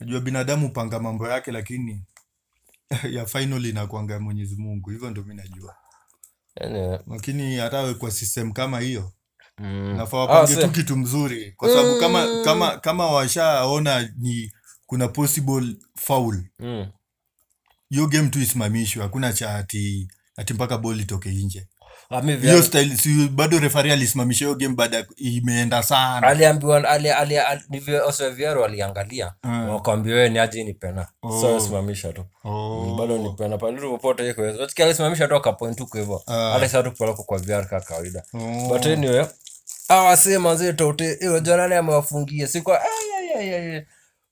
Speaker 2: najua binadamu hupanga mambo yake lakini ya final inakwanga mwenyezi mungu hivyo ndo mi najua
Speaker 1: Anyway.
Speaker 2: lakini hata we kwa system kama hiyo
Speaker 1: Mm.
Speaker 2: nafaa
Speaker 1: Ah,
Speaker 2: wapange
Speaker 1: se-
Speaker 2: tu kitu mzuri kwa sababu
Speaker 1: Mm.
Speaker 2: kama kama kama washaona ni kuna possible foul
Speaker 1: Mm.
Speaker 2: hiyo game tu isimamishwe hakuna cha ati ati mpaka boli itoke nje
Speaker 1: Ah, mi VR
Speaker 2: hiyo style si bado refari alisimamisha hiyo game baada ya- imeenda sana
Speaker 1: Mm. Ah, aliambiwa ali, ali, ali, nivyo osveviero aliangalia
Speaker 2: Mm.
Speaker 1: wakawambia wewe ni aje ni pena
Speaker 2: Oh.
Speaker 1: so simamisha tu
Speaker 2: oh.
Speaker 1: bado ni pena palitu popote hiyo kwaweza lakini alisimamisha tu akapoint huko hivyo
Speaker 2: Ah.
Speaker 1: hata sasa tupeleka kwa VR kama kawaida
Speaker 2: Oh.
Speaker 1: but anyway hawa sema zee tote hiyo jana naye amewafungia si kwa "Eh,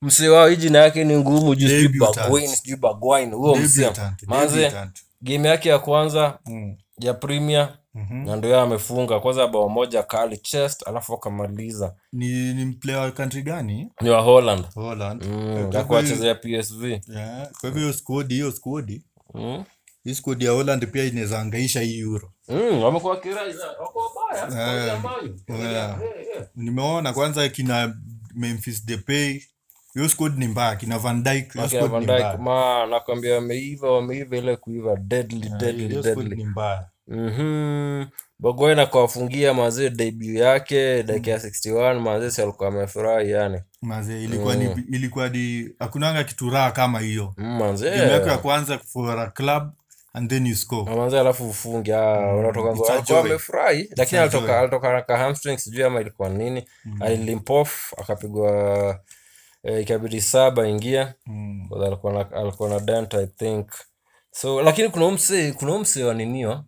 Speaker 1: msee wao hii jina yake ni ngumu juu sijui
Speaker 2: Debutant.
Speaker 1: Bagwin sijui Bagwin huo msee
Speaker 2: Debutant,
Speaker 1: manze
Speaker 2: debutant.
Speaker 1: game yake ya kwanza
Speaker 2: Mm.
Speaker 1: ya Premier
Speaker 2: Mhm.
Speaker 1: na ndio yeye amefunga kwanza bao moja kali chest alafu akamaliza
Speaker 2: ni ni player wa country gani
Speaker 1: ni wa Holland
Speaker 2: Holland. Eh,
Speaker 1: Mm,
Speaker 2: kwa
Speaker 1: ya
Speaker 2: hivyo
Speaker 1: kuwachezea PSV.
Speaker 2: Yeah, kwa hivyo hiyo squad hiyo squad
Speaker 1: Mm.
Speaker 2: hii squad ya Holland pia inaweza angaisha hii Euro.
Speaker 1: Mm, wamekuwa kirai sana. Wako wabaya,
Speaker 2: Eh,
Speaker 1: hawajamai.
Speaker 2: eh.
Speaker 1: Eh, eh.
Speaker 2: Nimeona kwanza kina Memphis Depay, hiyo squad ni mbaya, kina Van Dijk, hiyo
Speaker 1: Akina
Speaker 2: squad
Speaker 1: Van
Speaker 2: ni
Speaker 1: Dijk,
Speaker 2: mbaya.
Speaker 1: ma nakwambia wameiva wameiva ile kuiva deadly
Speaker 2: Eh,
Speaker 1: deadly
Speaker 2: Hiyo squad
Speaker 1: deadly.
Speaker 2: ni mbaya.
Speaker 1: Mhm. Bogoena kawafungia mazee debut yake dakika
Speaker 2: Mm.
Speaker 1: ya 61 mazee si alikuwa amefurahi yani.
Speaker 2: Maze ilikuwa ni ilikuwa ni hakunanga kitu raha kama hiyo.
Speaker 1: Mm, Mazee.
Speaker 2: Game yako ya kwanza for a club and then you score.
Speaker 1: Na manze alafu ufunge ah, unatoka
Speaker 2: Mm, it's
Speaker 1: kwa-
Speaker 2: a
Speaker 1: alikuwa
Speaker 2: joy.
Speaker 1: amefurahi lakini
Speaker 2: a
Speaker 1: alitoka
Speaker 2: joy. Mm.
Speaker 1: alitoka na ka hamstring sijui ama ilikuwa nini alilimpof akapigwa eh, ikabidi saba ingia
Speaker 2: Mm.
Speaker 1: Because alikuwa na alikuwa na dent i think so lakini kuna umse kuna umse wa ninio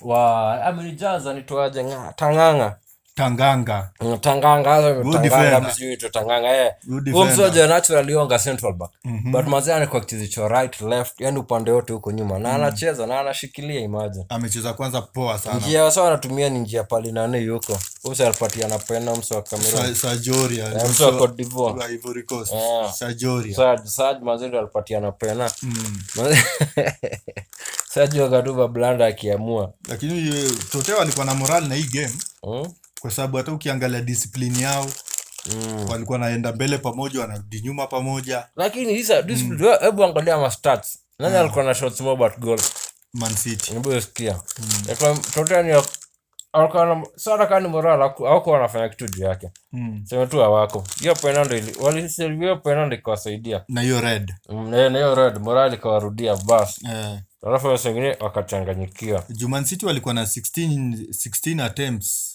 Speaker 1: wa amenijaza nitoaje nga tanganga
Speaker 2: Tanganga.
Speaker 1: Mm, tanganga hazo
Speaker 2: Good
Speaker 1: tanganga
Speaker 2: defender.
Speaker 1: msijui tu tanganga eh
Speaker 2: Good
Speaker 1: huo mse wa
Speaker 2: defender.
Speaker 1: Joe natural alionga central back
Speaker 2: Mhm.
Speaker 1: but mazee anakuwa kichizicho right left yani upande wote huko nyuma
Speaker 2: Mm.
Speaker 1: na anacheza na anashikilia imagine
Speaker 2: Amecheza kwanza poa sana.
Speaker 1: njia wasa wanatumia ni njia pali nane yuko usi alipatia na pena msi wa Cameroon
Speaker 2: Sa- Sajoria.
Speaker 1: Eh, msi wa Cote d'Ivoire
Speaker 2: wa Ivory Coast.
Speaker 1: Ah.
Speaker 2: Sajoria.
Speaker 1: Saj- Saj mazuri alipatia na pena
Speaker 2: Mm.
Speaker 1: Saj wakatupa blanda akiamua
Speaker 2: lakini eh, Tote walikuwa na moral na hii game
Speaker 1: Mm?
Speaker 2: kwa sababu hata ukiangalia discipline yao
Speaker 1: Mm.
Speaker 2: walikuwa wanaenda mbele pamoja wanarudi nyuma pamoja
Speaker 1: lakini hisa discipline we- hebu angalia mastats nani alikuwa na shots more but goal
Speaker 2: Man City
Speaker 1: nibosikia um, totani sara kani moral awako wanafanya kitu juu yake
Speaker 2: mm.
Speaker 1: sema tu awako hiyo penando walisiliyo penando ikawasaidia
Speaker 2: na hiyo red
Speaker 1: Mm, na hiyo red moral ikawarudia basi
Speaker 2: eh,
Speaker 1: alafu wao wengine wakachanganyikiwa
Speaker 2: juu Man City walikuwa na 16, 16 attempts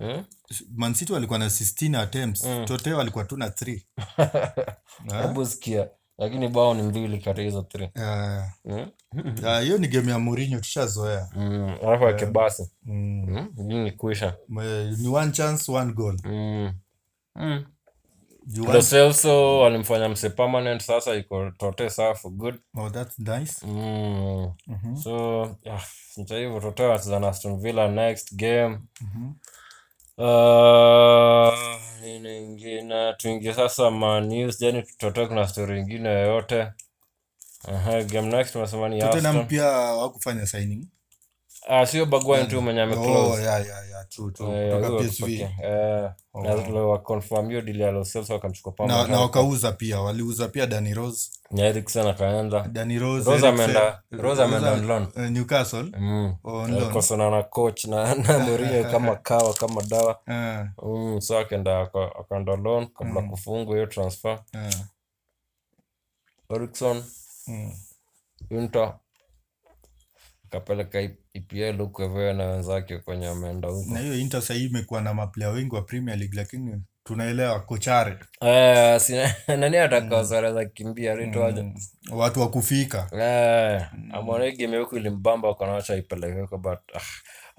Speaker 2: Eh?
Speaker 1: Mm?
Speaker 2: Man City walikuwa na 16 attempts Tote walikuwa tu na 3
Speaker 1: hebu sikia lakini bao ni mbili kati ya hizo three
Speaker 2: Eh,
Speaker 1: Mm?
Speaker 2: ah, hiyo ni game ya Mourinho tushazoea
Speaker 1: Mm, alafu
Speaker 2: Eh.
Speaker 1: wake basi
Speaker 2: mm.
Speaker 1: Mm, hii ni kuisha
Speaker 2: Me- ni one chance one goal
Speaker 1: Mm.
Speaker 2: Hmm.
Speaker 1: Mm.
Speaker 2: juu
Speaker 1: Lo
Speaker 2: one...
Speaker 1: Celso walimfanya mse permanent sasa iko tote sawa for good
Speaker 2: oh, that's nice
Speaker 1: mm.
Speaker 2: Mhm.
Speaker 1: so ah, nita hivyo tote wacheza na Aston Villa next game
Speaker 2: Mhm.
Speaker 1: Ah, nini ingine tuingie sasa Man U, sijani tutotoe kuna story ingine yoyote Aha, game next tunasema ni
Speaker 2: Tottenham
Speaker 1: Aston
Speaker 2: pia hawakufanya signing
Speaker 1: Ah, sio Bagwan tu mwenye Eh,
Speaker 2: Oh,
Speaker 1: ameclose
Speaker 2: yeah, yeah, yeah, true, true.
Speaker 1: Eh, huyo
Speaker 2: Kutoka PSV.
Speaker 1: akipokea. Eh, na
Speaker 2: Oh.
Speaker 1: wa- confirm hiyo deal ya Lo Celso wakamchukua
Speaker 2: Na,
Speaker 1: Palmer.
Speaker 2: na wakauza pia, waliuza pia Danny Rose.
Speaker 1: na Eriksen akaenda
Speaker 2: Dani Rose,
Speaker 1: Rose
Speaker 2: Eriksen-
Speaker 1: ameenda- Rose ameenda on loan.
Speaker 2: eh, Newcastle Oh,
Speaker 1: mm.
Speaker 2: on loan.
Speaker 1: alikosana na coach na, na Mourinho kama kawa kama dawa
Speaker 2: Ah,
Speaker 1: mm, so akaenda aka- akaenda loan kabla
Speaker 2: Mm.
Speaker 1: kufungwa hiyo transfer
Speaker 2: ah,
Speaker 1: Erikson
Speaker 2: mm.
Speaker 1: Inter akapeleka I- EPL huku Evoya na wenzake kwenye ameenda huko
Speaker 2: na hiyo Inter sahii imekuwa na maplaya wengi wa Premier League, lakini tunaelewa kochare
Speaker 1: Eh, sina- nani atakaosareza kimbia ritwaja
Speaker 2: Mm, watu wa kufika
Speaker 1: Eh, amaona hii game huku ilimbamba wakanawacha ipeleke huko but ah.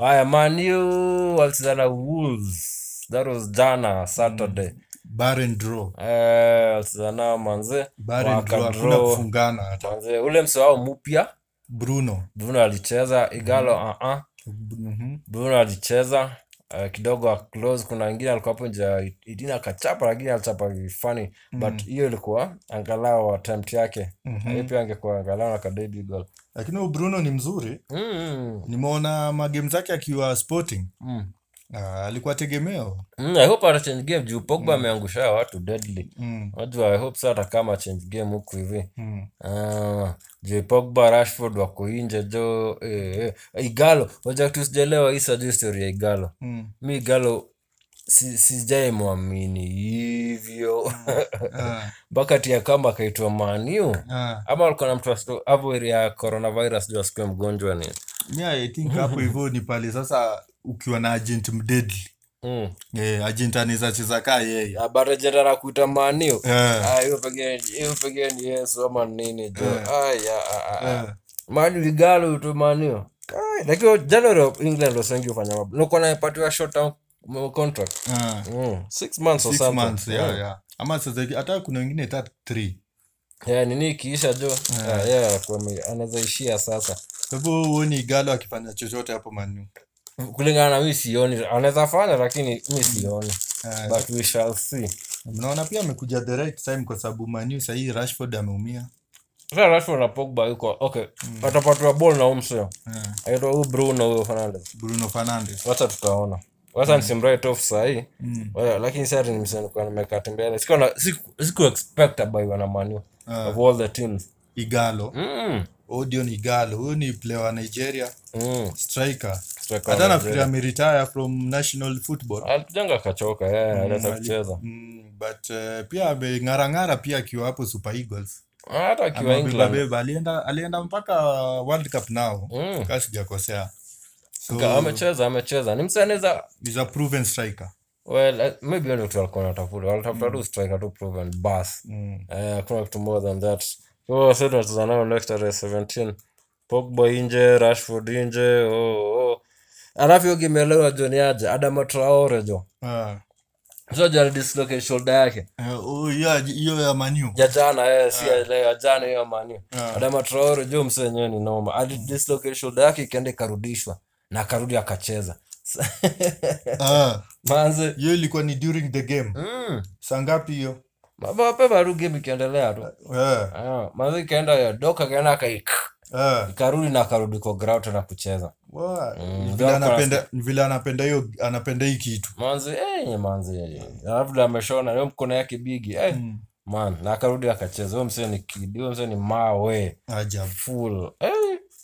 Speaker 1: haya manu walicheza na wolves that was jana saturday
Speaker 2: bar and draw,
Speaker 1: Eh, walicheza nao manze
Speaker 2: bar and draw, hakuna
Speaker 1: Wakadraw.
Speaker 2: kufungana hata.
Speaker 1: manze ule msewao mpya
Speaker 2: Bruno
Speaker 1: bruno alicheza igalo mm. uh
Speaker 2: Mhm.
Speaker 1: bruno alicheza eh, kidogo wa close kuna wengine alikuwa hapo nje ya idina akachapa lakini alichapa funny but hiyo ilikuwa angalau attempt yake
Speaker 2: Mhm.
Speaker 1: hiyo pia angekuwa angalau na kadebi goal
Speaker 2: lakini huyu Bruno ni mzuri,
Speaker 1: mm.
Speaker 2: nimeona magame zake akiwa Sporting
Speaker 1: Mm.
Speaker 2: Ah, alikuwa tegemeo
Speaker 1: Mm, I hope ata change game juu Pogba ameangusha watu deadly.
Speaker 2: mm.
Speaker 1: Wajua, I hope sasa kama change game huku hivi.
Speaker 2: Mm.
Speaker 1: Ah, je, Pogba, Rashford wako nje jo eh, eh. Igalo, wacha tu sijaelewa hii sasa story ya Igalo.
Speaker 2: Mm.
Speaker 1: Mi Igalo si, sijai mwamini hivyo.
Speaker 2: Ah,
Speaker 1: Mpaka tia kama akaitwa Maniu.
Speaker 2: ah.
Speaker 1: Ama alikuwa na mtu asio avoid ya coronavirus juu asikwe mgonjwa ni.
Speaker 2: Mi, I think hapo hivyo ni pale sasa, ukiwa na agent mdedli
Speaker 1: Mm.
Speaker 2: eh, agent anaweza cheza kaa yeye
Speaker 1: Habari jendera kuita Maniu.
Speaker 2: eh,
Speaker 1: Ah, hiyo pengine hiyo pengine ni Yesu ama nini jo.
Speaker 2: Eh.
Speaker 1: Aya, ah, ah, ah.
Speaker 2: eh.
Speaker 1: Manu Igalo tu Manu. Ai, Lakini January of England wasengi ufanya mabu. Nuko naipatiwa short term mm, contract.
Speaker 2: Ah.
Speaker 1: Mm. Six months or
Speaker 2: Six
Speaker 1: something. Mm.
Speaker 2: months, yeah, yeah. ama sasa hivi hata kuna wengine ta three
Speaker 1: Yeah, nini ikiisha jo.
Speaker 2: Eh.
Speaker 1: Yeah, yeah, kwa mi- anaweza ishia sasa.
Speaker 2: kwa hivyo huoni igalo akifanya chochote hapo manu
Speaker 1: Kulingana na mimi sioni. Anaweza fanya lakini mimi sioni.
Speaker 2: Eh,
Speaker 1: But we shall see.
Speaker 2: mnaona pia amekuja the right time kwa sababu manu sahii rashford ameumia
Speaker 1: Sasa Rashford na Pogba yuko okay.
Speaker 2: Mm.
Speaker 1: Atapatiwa ball na huyu mseo.
Speaker 2: Eh,
Speaker 1: Aitwa huyu Bruno huyo Fernandes.
Speaker 2: bruno fernandes
Speaker 1: wacha tutaona wacha nisimwrite off sahii
Speaker 2: Mm.
Speaker 1: Wa- lakini sasa nimeshakuwa nimekaa tembele sikuwa na siku siku expect by wana Man U,
Speaker 2: Ah.
Speaker 1: of all the teams
Speaker 2: igalo
Speaker 1: mm
Speaker 2: odion igalo huyu ni player wa nigeria
Speaker 1: mm
Speaker 2: striker
Speaker 1: Striker
Speaker 2: hata
Speaker 1: wa
Speaker 2: nafikiri
Speaker 1: Nigeria. Ah.
Speaker 2: ameretire from national football
Speaker 1: Alijanga akachoka yeye anaweza
Speaker 2: ali-
Speaker 1: kucheza
Speaker 2: Mm, but eh, pia ameng'arang'ara pia akiwa hapo super eagles
Speaker 1: Ah, hata akiwa
Speaker 2: Amebeba
Speaker 1: England
Speaker 2: beba alienda alienda mpaka World Cup nao
Speaker 1: Mm.
Speaker 2: kama sijakosea. So
Speaker 1: Ka- amecheza amecheza ni msaneza
Speaker 2: he's a proven striker.
Speaker 1: well eh, maybe ndio tu alikuwa anatafuta alitafuta tu striker tu proven bas
Speaker 2: Mm.
Speaker 1: eh kuna kitu more than that so sasa tunacheza nao next tarehe 17 Pogba inje Rashford inje oh oh alafu hiyo game ya leo unajua ni aje Adama Traore jo
Speaker 2: Ah.
Speaker 1: George alidislocate shoulder yake
Speaker 2: Eh, oh, hiyo hiyo ya Manu.
Speaker 1: ya jana eh, si ya leo, ya jana hiyo mani
Speaker 2: Ah.
Speaker 1: Adama Traore jo mse wenyewe ni noma alidislocate shoulder yake ikaenda ikarudishwa na akarudi akacheza
Speaker 2: Ah,
Speaker 1: manze
Speaker 2: hiyo ilikuwa ni during the game.
Speaker 1: mm.
Speaker 2: Saa ngapi hiyo?
Speaker 1: mabapepa tu game ikiendelea tu
Speaker 2: Eh,
Speaker 1: Ah, manze ikaenda ya doka kaenda akai
Speaker 2: eh.
Speaker 1: ikarudi na akarudi kwa ground tena kucheza
Speaker 2: Wa,
Speaker 1: Mm,
Speaker 2: ni vile
Speaker 1: Dorcas.
Speaker 2: anapenda ni vile anapenda hiyo anapenda hii kitu.
Speaker 1: manze eh nye manze eh, alafu ndio ameshona leo mkono yake bigi eh
Speaker 2: Mm.
Speaker 1: man na akarudi akacheza huyo mse ni kid huyo mse ni mawe
Speaker 2: Ajabu.
Speaker 1: full eh,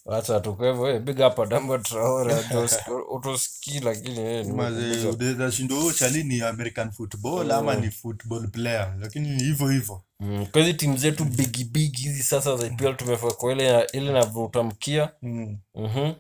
Speaker 1: wacha tu kwa hivyo eh, big up Adama Traore utos- utoski lakini eh, ni
Speaker 2: Maze
Speaker 1: mkumbusho.
Speaker 2: unaweza shindwa huyo chali ni American football ama ni football player lakini hivyo hivyo.
Speaker 1: Mm, kwa hizi timu zetu bigi bigi hizi sasa za IPL tumefika kwa ile ya- ile navuta mkia
Speaker 2: Mm.
Speaker 1: mhm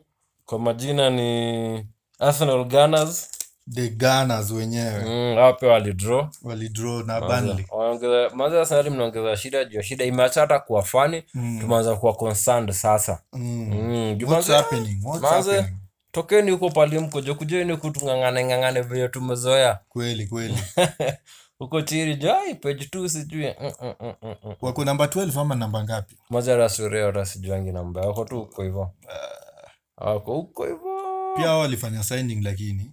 Speaker 1: kwa majina ni Arsenal Gunners
Speaker 2: The Gunners wenyewe
Speaker 1: mm, hao pia walidraw
Speaker 2: walidraw na Burnley.
Speaker 1: Waongeza- manze Arsenal mnaongeza shida juu ya shida imeacha hata kuwa fani
Speaker 2: Mm.
Speaker 1: tumeanza kuwa concerned sasa
Speaker 2: Mm.
Speaker 1: mm. juu
Speaker 2: What's
Speaker 1: manze-
Speaker 2: happening? What's
Speaker 1: manze-
Speaker 2: happening?
Speaker 1: tokeni huko pali mko jo kujeni huku tung'ang'ane ng'ang'ane vile tumezoea
Speaker 2: Kweli kweli.
Speaker 1: huko chini jo ai page two sijui mm, mm, mm, mm, mm.
Speaker 2: Wako namba 12 ama namba ngapi?
Speaker 1: mazara sure hata sijuangi namba wako tu huko hivyo wako huko hivyo
Speaker 2: Uh. Pia hao walifanya signing lakini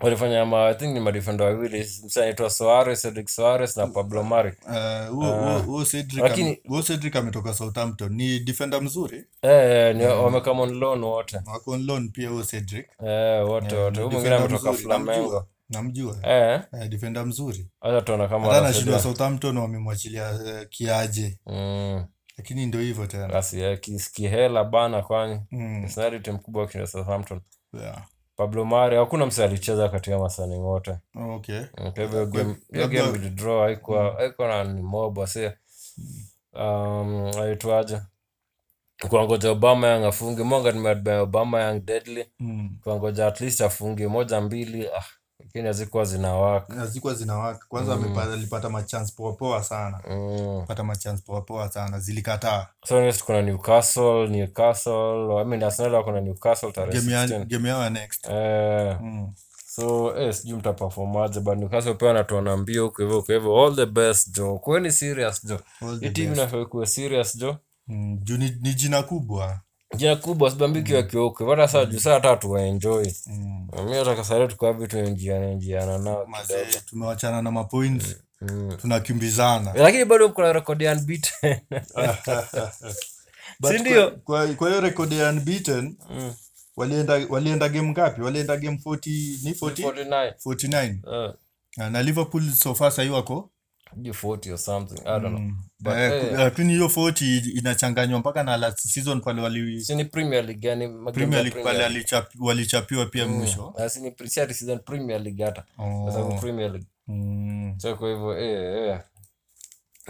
Speaker 1: walifanya ma I think ni madefenda wawili msa anaitwa Suarez Cedric Suarez na Pablo Mari
Speaker 2: eh, huo huo- huo Cedric
Speaker 1: Lakini-
Speaker 2: ame- huo Cedric ametoka Southampton. Ni defender mzuri.
Speaker 1: eh ni
Speaker 2: Mm.
Speaker 1: wamekama on loan wote
Speaker 2: Wako on loan pia huo Cedric.
Speaker 1: eh wote wote
Speaker 2: Eh, ni
Speaker 1: huyu mwingine
Speaker 2: defender
Speaker 1: ametoka
Speaker 2: mzuri, namjua,
Speaker 1: Flamengo
Speaker 2: Namjua.
Speaker 1: eh
Speaker 2: Eh, defender mzuri.
Speaker 1: hata tuona kama
Speaker 2: Hata
Speaker 1: anasaidia.
Speaker 2: anashindwa Southampton wamemwachilia eh, kiaje.
Speaker 1: mm
Speaker 2: lakini ndo hivyo tena
Speaker 1: basi eh, kis- kihela bana kwani
Speaker 2: mm.
Speaker 1: Arsenali timu kubwa kushinda Southampton
Speaker 2: yeah.
Speaker 1: Pablo Mari hakuna mse alicheza katika masani wote
Speaker 2: okay
Speaker 1: Mm, kwa hivyo
Speaker 2: Kwa-
Speaker 1: game- hiyo
Speaker 2: labda- Mm.
Speaker 1: game ilidraw haikuwa haikuwa na ni mob wase um, aitwaje kuangoja Obama Yang afunge monga nimeadbaya Obama Yang deadly
Speaker 2: mm.
Speaker 1: kuangoja at least afunge moja mbili ah, lakini hazikuwa zinawaka
Speaker 2: zikuwa zinawaka kwanza
Speaker 1: Mm.
Speaker 2: amepata- alipata machance poapoa sana
Speaker 1: mm.
Speaker 2: pata machance poapoa sana zilikataa
Speaker 1: so next kuna Newcastle Newcastle I mean Arsenal wako na Newcastle tarehe
Speaker 2: Game yaani- ya-
Speaker 1: 16
Speaker 2: game yao ya next
Speaker 1: eh
Speaker 2: mm.
Speaker 1: so eh, sijui mtaperformaje but Newcastle pia wanatuona mbio kwa hivyo kwa hivyo all the best jo kweni serious jo
Speaker 2: All the
Speaker 1: hii timu
Speaker 2: best.
Speaker 1: inafaa kuwa serious jo
Speaker 2: Mm. juu ni, ni jina kubwa
Speaker 1: jina kubwa sibambiki wa kiokwe hata saa juu saa hata tuwaenjoi
Speaker 2: mm.
Speaker 1: mi hata kasare tukuwa vitu enjiana enjiana nao kidogo
Speaker 2: mazee tumewachana na mapoint
Speaker 1: Mm.
Speaker 2: tunakimbizana
Speaker 1: lakini bado kuna rekodi unbeaten
Speaker 2: But
Speaker 1: Si ndio?
Speaker 2: kwa- kwa kwa hiyo rekodi ya unbeaten
Speaker 1: Mm.
Speaker 2: walienda walienda game ngapi walienda game 40 ni
Speaker 1: 49
Speaker 2: 40 49
Speaker 1: Eh,
Speaker 2: Ah, na liverpool so far sahii wako
Speaker 1: sijui 40 or something i don't know
Speaker 2: Mm.
Speaker 1: But,
Speaker 2: Eh,
Speaker 1: eh.
Speaker 2: lakini hiyo 40 inachanganywa mpaka na last season pale wali
Speaker 1: si ni premier league yani magemu ya
Speaker 2: premier league pale
Speaker 1: Premier League.
Speaker 2: alichap- walichapiwa pia mwisho
Speaker 1: Ah, si ni pre- si ati season premier league hata kwa sababu
Speaker 2: oh.
Speaker 1: premier league
Speaker 2: mm.
Speaker 1: so kwa hivyo eh, eh.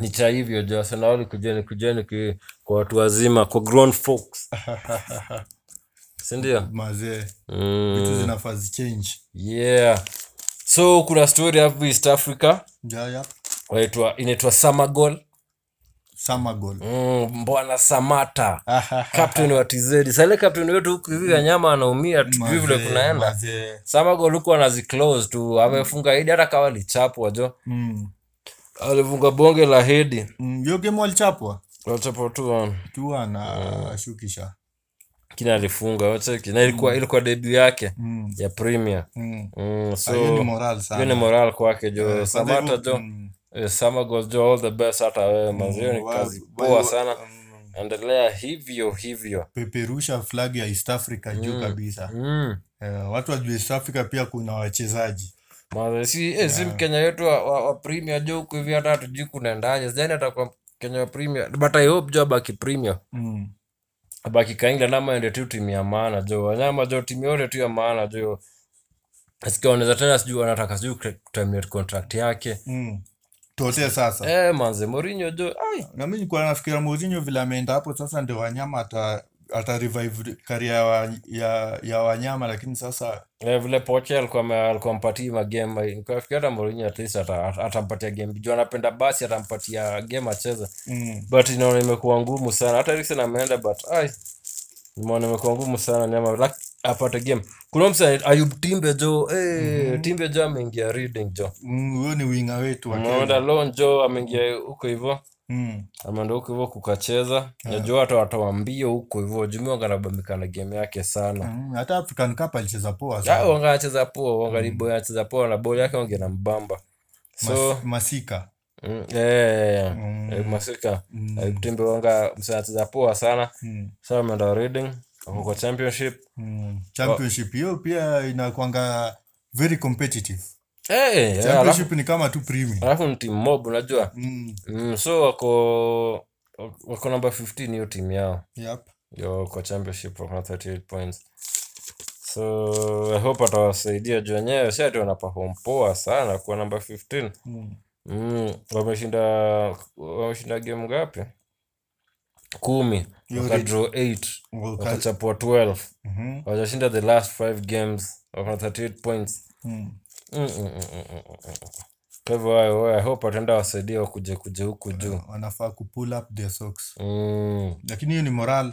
Speaker 1: ni cha hivyo jo arsenali kujeni kujeni ki- kwa watu wazima kwa grown folks sindio
Speaker 2: mazee
Speaker 1: mm.
Speaker 2: vitu zinafaa zichange
Speaker 1: yeah so kuna story hapo east africa
Speaker 2: jaya
Speaker 1: waitwa inaitwa samagol
Speaker 2: samagol
Speaker 1: mm, mbwana samata
Speaker 2: Ah,
Speaker 1: captain wa tz sale captain wetu huku hivi kanyama anaumia tujui vile kunaenda
Speaker 2: mazee
Speaker 1: samagol huku anaziclose tu amefunga hedi hata kawa lichapwa jo
Speaker 2: mm.
Speaker 1: alifunga bonge la hedi
Speaker 2: Mm, hiyo game walichapwa
Speaker 1: wachapwa tu um.
Speaker 2: tua na
Speaker 1: Mm.
Speaker 2: shukisha
Speaker 1: kini alifunga wacheki na ilikuwa, ilikuwa debut yake
Speaker 2: mm.
Speaker 1: ya premier
Speaker 2: Mm.
Speaker 1: mm, so
Speaker 2: Ah, hiyo ni moral
Speaker 1: hiyo
Speaker 2: sana
Speaker 1: ni moral kwake jo
Speaker 2: Eh, kwanza
Speaker 1: samata
Speaker 2: hivyo-
Speaker 1: jo
Speaker 2: mm.
Speaker 1: Eh, Samagol jo all the best hata wewe mazio ni
Speaker 2: wa-
Speaker 1: kazi
Speaker 2: wa-
Speaker 1: poa
Speaker 2: wa-
Speaker 1: sana
Speaker 2: mm,
Speaker 1: endelea hivyo hivyo
Speaker 2: peperusha flag ya east africa juu kabisa
Speaker 1: mm.
Speaker 2: Eh, watu wajua east africa pia kuna wachezaji
Speaker 1: Maze, si, eh, si mkenya wetu wa, wa, wa premier jo huku hivi hata hatujui kunaendaje sijani atakuwa mkenya wa premier but i hope jo abaki premier
Speaker 2: mm.
Speaker 1: abaki kaingla nama ende tu timu ya maana jo wanyama jo timu yote tu ya maana jo sikia wanaweza tena sijui wanataka sijui terminate contract yake
Speaker 2: mm. tote sasa
Speaker 1: eh manze Mourinho jo ai
Speaker 2: na mi nikuwa nafikira Mourinho vile ameenda hapo sasa ndio wanyama ata ata revive career ya, wa- ya, ya wanyama lakini sasa
Speaker 1: Eh, vile Poche alikuwa ame- alikuwa mpatii magame nikafikiria hata Mourinho at least ata- ata- atampatia game juu anapenda basi atampatia game acheze
Speaker 2: mm.
Speaker 1: but inaona imekuwa ngumu sana hata Eriksen ameenda but ai imeona imekuwa ngumu sana nyama lak apate game kuna msa Ayub Timbe jo eh Timbe jo ameingia reading jo
Speaker 2: Mm, huyo ni winga wetu wa
Speaker 1: Mwenda
Speaker 2: Kenya.
Speaker 1: Lon jo ameingia huko hivyo
Speaker 2: Mm.
Speaker 1: ameenda huko hivyo kukacheza najua hata watawambia huko hivyo jumi wanganabambikana game yake sana
Speaker 2: Mm, hata African Cup alicheza poa
Speaker 1: Ah,
Speaker 2: sana
Speaker 1: wanga anacheza poa, wanga
Speaker 2: Mm.
Speaker 1: ni boy anacheza poa na boli yake wange na mbamba. So,
Speaker 2: Mas, Masika
Speaker 1: mm, eh,
Speaker 2: Mm.
Speaker 1: eh, Masika
Speaker 2: mm.
Speaker 1: eh, Tembe wanga msa anacheza poa sana.
Speaker 2: Mm.
Speaker 1: Sasa ameenda Reading wako kwa championship.
Speaker 2: Mm. Championship hiyo pia inakwanga very competitive
Speaker 1: Eh, eh, alafu Ah.
Speaker 2: championship ni kama tu premier
Speaker 1: alafu ni team mob unajua.
Speaker 2: mm.
Speaker 1: Mm, so wako wako namba 15 hiyo timu yao.
Speaker 2: yep.
Speaker 1: Yo kwa championship wako na 38 points. So, I hope atawasaidia juu wenyewe si ati wanaperform poa sana kwa namba 15.
Speaker 2: mm.
Speaker 1: Mm, wameshinda wameshinda game ngapi? Kumi,
Speaker 2: Yo,
Speaker 1: waka
Speaker 2: Reed.
Speaker 1: draw 8,
Speaker 2: Waka-
Speaker 1: wakachapwa 12.
Speaker 2: Mhm.
Speaker 1: Wajashinda the last 5 games, wako na 38 points.
Speaker 2: Mm.
Speaker 1: Mm, mm, mm, mm, mm, mm. Kwa hivyo hayo, hayo, I hope wataenda wasaidia wakuje kuje huku juu.
Speaker 2: wanafaa kupull up their socks
Speaker 1: Mm,
Speaker 2: lakini hiyo ni moral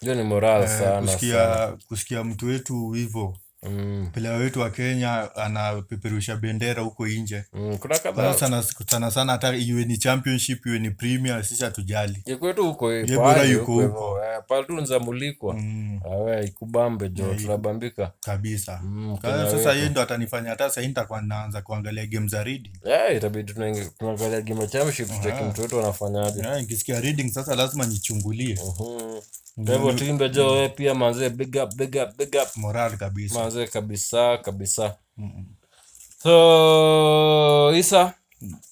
Speaker 1: hiyo ni moral
Speaker 2: Eh,
Speaker 1: Ah, sana sana.
Speaker 2: kusikia, kusikia mtu wetu hivyo
Speaker 1: Mm,
Speaker 2: pelea wetu wa Kenya anapeperusha bendera huko nje
Speaker 1: mm, kuna
Speaker 2: Kwanza
Speaker 1: kadhaa
Speaker 2: sana sana sana, hata iwe ni championship iwe ni premier, sisi hatujali
Speaker 1: Ye kwetu huko eh,
Speaker 2: Ye
Speaker 1: pahali
Speaker 2: bora
Speaker 1: huko
Speaker 2: yuko
Speaker 1: hivyo,
Speaker 2: huko.
Speaker 1: eh, pahali tu nzamulikwa.
Speaker 2: mm,
Speaker 1: Awe ikubambe jo,
Speaker 2: Yeah,
Speaker 1: tunabambika.
Speaker 2: kabisa.
Speaker 1: Mm,
Speaker 2: Kwa hiyo
Speaker 1: Kenya
Speaker 2: sasa
Speaker 1: wetu.
Speaker 2: yeye ndo atanifanya hata sahii nitakuwa naanza kuangalia game za reading.
Speaker 1: Eh, itabidi tunaingi- tunaangalia game ya championship tucheki
Speaker 2: Aha.
Speaker 1: mtu wetu wanafanyaje.
Speaker 2: Yeah, Yaani, nikisikia reading sasa lazima nichungulie
Speaker 1: Mhm. Kwa
Speaker 2: Ndio
Speaker 1: hivyo
Speaker 2: ni-
Speaker 1: Timbe jo wewe pia manzee, big up, big up, big up
Speaker 2: moral kabisa.
Speaker 1: manzee kabisa kabisa.
Speaker 2: Mm,
Speaker 1: So Isa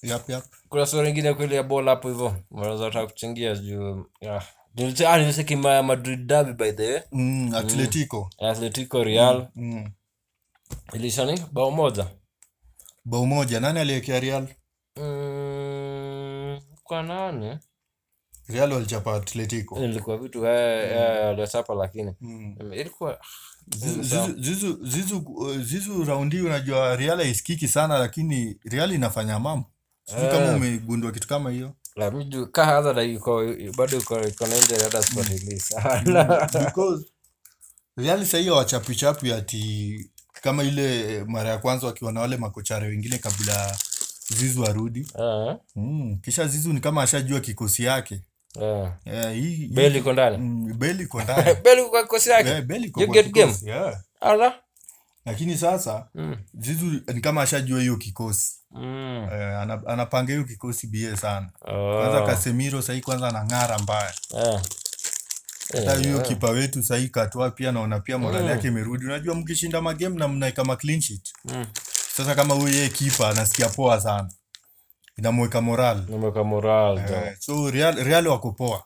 Speaker 2: yap, yap.
Speaker 1: kuna sura ingine kweli ya bol hapo hivyo wanaweza taka kuchangia juu ah. Nilise- ah, niliseki ma madrid dabi by the way
Speaker 2: Mm, Atletico.
Speaker 1: atletico real
Speaker 2: Mm.
Speaker 1: ilishani bao moja
Speaker 2: Bao moja. Nani aliwekea Real?
Speaker 1: mm, kwa nane
Speaker 2: Real walichapa Atletico.
Speaker 1: ilikuwa vitu eh, eh, aliwachapa lakini
Speaker 2: Mm.
Speaker 1: Mm, ilikuwa
Speaker 2: Zizu,
Speaker 1: Sawa.
Speaker 2: Zizu, Zizu, Zizu, Zizu raundi hii unajua Real haisikiki sana lakini Real inafanya mambo. Sijui kama
Speaker 1: Eh.
Speaker 2: umegundua kitu kama hiyo.
Speaker 1: la miju ka hadhara yuko bado yuko yuko na injury hata sifuatilii
Speaker 2: Mm.
Speaker 1: sana
Speaker 2: Because Real sahii hawachapichapi ati kama ile mara ya kwanza wakiwa na wale makochare wengine kabla Zizu arudi.
Speaker 1: Ah,
Speaker 2: Mm. Kisha Zizu ni kama ashajua kikosi yake.
Speaker 1: eh.
Speaker 2: Eh, hii- hii-
Speaker 1: Bale iko ndani
Speaker 2: Mm, Bale iko ndani.
Speaker 1: beli kwa kosi yake
Speaker 2: Eh, Bale iko
Speaker 1: You
Speaker 2: kwa
Speaker 1: get
Speaker 2: kikosi, yeah.
Speaker 1: ala
Speaker 2: Lakini sasa
Speaker 1: Mm,
Speaker 2: Zizu ni kama ashajua hiyo kikosi.
Speaker 1: mm.
Speaker 2: Eh, ana- anapanga hiyo kikosi bie sana. Kwanza
Speaker 1: Oh,
Speaker 2: Casemiro sahii kwanza anang'ara mbaya.
Speaker 1: eh.
Speaker 2: Hata
Speaker 1: Eh,
Speaker 2: huyo
Speaker 1: eh.
Speaker 2: kipa wetu sahii katoa pia naona pia morali
Speaker 1: Mm.
Speaker 2: yake imerudi. Unajua mkishinda magame na mnaeka ma clean sheet.
Speaker 1: Mm.
Speaker 2: Sasa kama huyo yeye kipa anasikia poa sana. Inamweka moral.
Speaker 1: nimeweka moral
Speaker 2: Eh, so Real, Real wako poa.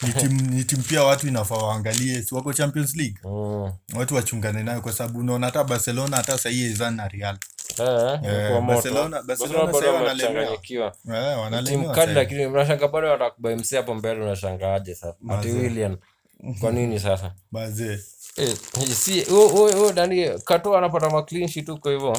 Speaker 2: Ni timu ni timu pia watu inafaa waangalie, si wako Champions League.
Speaker 1: Mm.
Speaker 2: watu wachungane nayo kwa sababu unaona hata Barcelona hata sahii ezan na Real
Speaker 1: Eh,
Speaker 2: Eh,
Speaker 1: ilikuwa moto.
Speaker 2: Barcelona- Barcelona
Speaker 1: Barcelona
Speaker 2: sasa
Speaker 1: bado
Speaker 2: wanalemewa.
Speaker 1: wamechanganyikiwa.
Speaker 2: eh,
Speaker 1: Timu
Speaker 2: wanalemewa
Speaker 1: kali
Speaker 2: sahii.
Speaker 1: lakini mnashanga bado watakubai msi hapo mbele unashangaaje sasa ati
Speaker 2: Mazee.
Speaker 1: William kwa nini sasa
Speaker 2: Bazee.
Speaker 1: Eh, si huyo huyo huyo nani katoa anapata ma clean sheet huko hivyo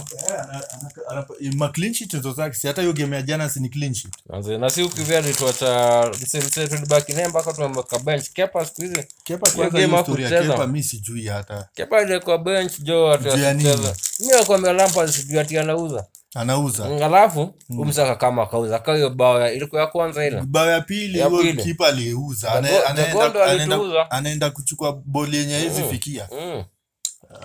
Speaker 2: Ma clean sheet ndo zake, si hata hiyo game ya jana si ni clean sheet.
Speaker 1: Manze, na si ukivia alituacha mse mse tulibaki naye mpaka tumemweka bench kepa siku hizi
Speaker 2: Kepa
Speaker 1: Hiyo
Speaker 2: kwanza
Speaker 1: game
Speaker 2: hiyo
Speaker 1: hakucheza.
Speaker 2: story ya Kepa mi sijui hata
Speaker 1: kepa aliwekwa bench jo ati
Speaker 2: Juu ya nini?
Speaker 1: asicheze mi nakwambia Lampard sijui ati anauza
Speaker 2: anauza.
Speaker 1: alafu
Speaker 2: Hmm.
Speaker 1: umsaka kama akauza ka hiyo bao ya- ilikuwa ya kwanza ile
Speaker 2: Bao ya pili
Speaker 1: Mm. Ya
Speaker 2: huyo
Speaker 1: pili.
Speaker 2: kipa aliuza.
Speaker 1: Za
Speaker 2: Ana-
Speaker 1: go- za
Speaker 2: anaenda-
Speaker 1: gondo
Speaker 2: anaenda-
Speaker 1: alituuza.
Speaker 2: Anaenda kuchukua boli yenye hawezi fikia.
Speaker 1: mm.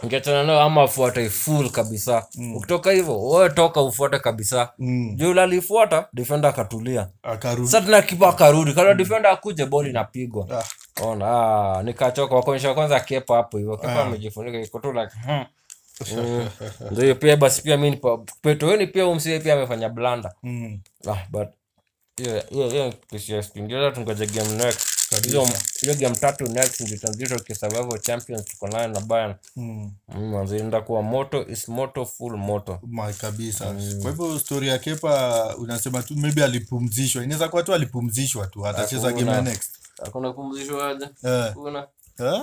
Speaker 1: ngetana nao ama afuate full kabisa
Speaker 2: Hmm.
Speaker 1: ukitoka hivyo wewe toka ufuate kabisa
Speaker 2: Mm.
Speaker 1: juu lalifuata defender akatulia
Speaker 2: Akarudi.
Speaker 1: sasa tena kipa akarudi kabla defender akuje boli inapigwa
Speaker 2: Ah,
Speaker 1: ona ah, nikachoka wakuonyesha kwanza kepa hapo hivyo kepa amejifunika iko tu like hmm. Mm. Ndio hiyo pia basi pia mimi petoeni pia umsie pia amefanya blanda
Speaker 2: mm.
Speaker 1: ah, but hiyo hiyo hiyo kisia stingeza tungoje game next hizo hiyo game tatu next ndio tanzito kisababu champions tuko nayo na Bayern
Speaker 2: Mm.
Speaker 1: mm, manzi ndio kuwa moto is moto full moto
Speaker 2: Ma, kabisa kwa hivyo story ya Kepa unasema tu maybe alipumzishwa, inaweza kuwa tu alipumzishwa tu, atacheza game ya
Speaker 1: Hakuna.
Speaker 2: next
Speaker 1: hakuna kumzishwa aje
Speaker 2: eh.
Speaker 1: kuna
Speaker 2: Eh?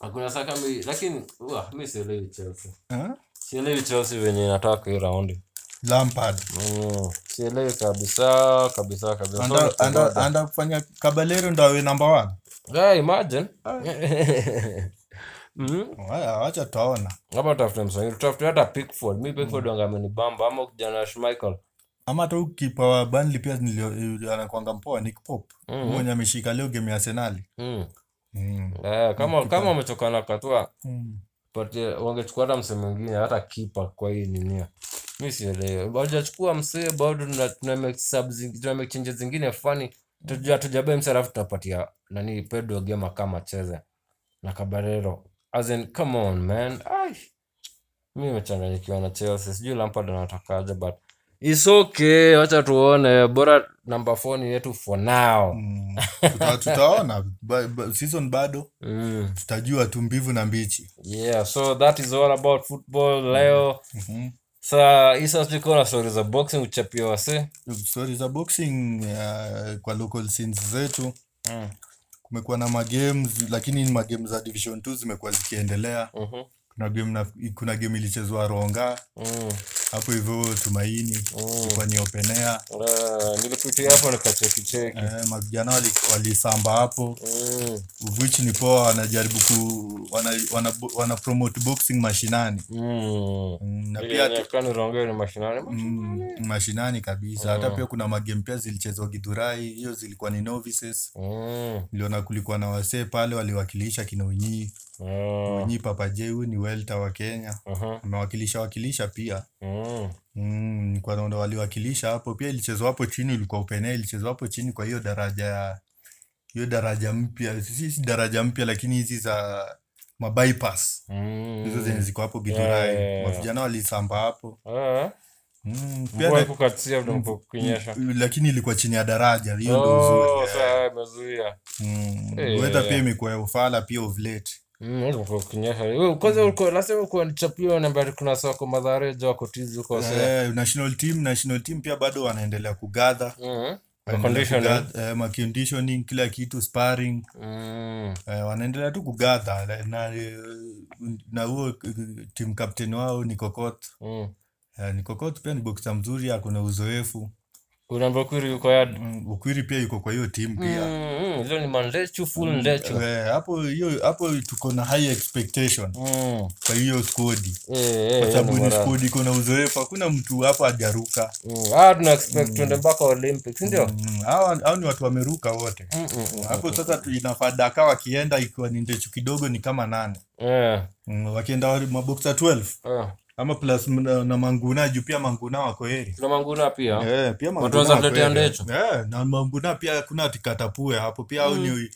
Speaker 1: hakuna saka mi lakini wa mimi sielewi Chelsea
Speaker 2: Eh?
Speaker 1: sielewi Chelsea venye inataka hiyo raundi
Speaker 2: Lampard
Speaker 1: Mm, sielewi kabisa kabisa kabisa
Speaker 2: Anda-
Speaker 1: Sorry,
Speaker 2: anda-
Speaker 1: kabisa.
Speaker 2: anda kufanya Caballero ndo awe number one.
Speaker 1: Yeah, imagine Mm.
Speaker 2: Haya, wacha tutaona,
Speaker 1: hapa tafute msanii tafute hata pickford mi pickford wanga amenibamba ama kijana Schmeichel
Speaker 2: ama hata huyu kipa wa Burnley pia nilio- eh, anakuanga mpoa Nick Pope
Speaker 1: Mm.
Speaker 2: mwenye ameshika leo game ya Arsenali
Speaker 1: mm.
Speaker 2: mm.
Speaker 1: yeah, Eh, kama kama wametokana katua
Speaker 2: Mm.
Speaker 1: patie wangechukua hata msee mwingine hata kipa kwa hii ninia mi sielewi wajachukua msee bado tuna- tuna make subs zingi- tuna make changes zingine fani tujabai msee alafu tunapatia nani pedro gema kama cheze na kabarero as in come on man Ai. mi imechanganyikiwa na chelsea sijui lampard anatakaje but its okay wacha tuone bora namba four ni yetu for now
Speaker 2: Mm. Tuta- tutaona Ba- ba- season bado
Speaker 1: mm.
Speaker 2: tutajua tu mbivu na mbichi
Speaker 1: yeah so that is all about football leo
Speaker 2: Mhm.
Speaker 1: saa isa tuko na stori za boxing uchapia wase
Speaker 2: Story za boxing uh, kwa local scenes zetu
Speaker 1: mm.
Speaker 2: kumekuwa na magames lakini ni magames za division 2 zimekuwa zikiendelea
Speaker 1: Mhm.
Speaker 2: kuna game, na, kuna game ilichezwa Ronga
Speaker 1: mm.
Speaker 2: hapo hivyo Tumaini ilikuwa ni open air
Speaker 1: Ah, nilipitia hapo nikachekicheki
Speaker 2: eh, mavijana wali- walisamba hapo
Speaker 1: mm.
Speaker 2: which ni poa wanajaribu ku wana, wana, wana promote boxing mashinani
Speaker 1: mm.
Speaker 2: Mm, na
Speaker 1: Ile
Speaker 2: pia tu-
Speaker 1: inakaa ni Rongai ni mashinani
Speaker 2: mm, mashinani kabisa hata pia kuna magame pia zilichezwa Githurai hiyo zilikuwa ni novices
Speaker 1: Mm.
Speaker 2: niliona kulikuwa na wasee pale waliwakilisha kina Unyii
Speaker 1: Ah,
Speaker 2: Unyii Papa Jeu ni welter wa Kenya
Speaker 1: aha.
Speaker 2: amewakilisha wakilisha pia
Speaker 1: Mm.
Speaker 2: mm, kwa naona waliwakilisha hapo pia ilichezwa hapo chini ulikuwa open air ilichezwa hapo chini kwa hiyo daraja ya hiyo daraja mpya si si daraja mpya lakini hizi za mabypass
Speaker 1: Mm.
Speaker 2: hizo zenye ziko hapo
Speaker 1: Yeah,
Speaker 2: Githurai
Speaker 1: Mm. yeah, yeah.
Speaker 2: wavijana walisamba hapo
Speaker 1: Ah,
Speaker 2: Mm, pia
Speaker 1: mvua
Speaker 2: na- Mm,
Speaker 1: ikukatia mdomo kunyesha
Speaker 2: lakini ilikuwa chini ya daraja hiyo ndo uzuri
Speaker 1: Oh, saa imezuia
Speaker 2: Mm,
Speaker 1: Eh.
Speaker 2: weather pia imekuwa ya ufala pia of late
Speaker 1: Mm, hapo kwa kunyesha. Wewe,
Speaker 2: Mm.
Speaker 1: kwanza ulikuwa nasema ulikuwa nichapio na mbali kuna soko madhare jo kotizi uko sasa.
Speaker 2: Eh, national team national team pia bado wanaendelea kugather
Speaker 1: Mhm. Kwa
Speaker 2: wanaendelea
Speaker 1: conditioning.
Speaker 2: kugather, eh, ma conditioning kila kitu sparring
Speaker 1: Mm.
Speaker 2: eh, wanaendelea tu kugather na- na eh, na huo eh, team captain wao ni kokot
Speaker 1: Mm.
Speaker 2: eh, ni kokot pia ni boksa mzuri ako na uzoefu
Speaker 1: Unaambia kweli uko yad.
Speaker 2: Mm, ukwiri pia yuko kwa hiyo team pia
Speaker 1: Mm, leo ni mandechu full ndechu.
Speaker 2: Eh, hapo hiyo hapo tuko na high expectation
Speaker 1: Mm.
Speaker 2: kwa hiyo skodi
Speaker 1: Eh,
Speaker 2: kwa
Speaker 1: eh.
Speaker 2: sababu ni
Speaker 1: Sababu
Speaker 2: skodi iko na uzoefu hakuna mtu hapa ajaruka
Speaker 1: Ah, tuna expect tuende mpaka Olympics, ndio?
Speaker 2: Mm, hawa hao ni watu wameruka wote
Speaker 1: Mm, mm, mm.
Speaker 2: hapo sasa tu- inafaa daka wakienda ikiwa ni ndechu kidogo ni kama nane
Speaker 1: Eh.
Speaker 2: Mm, wakienda wale maboksa 12
Speaker 1: Ah.
Speaker 2: ama plus mna- na manguna juu pia manguna wako heri
Speaker 1: Tuna manguna pia.
Speaker 2: Eh, pia Manguna
Speaker 1: wanaweza
Speaker 2: wako
Speaker 1: kuletea
Speaker 2: heri.
Speaker 1: ndechu.
Speaker 2: Eh, na manguna pia hakuna atikatapue hapo pia hao ni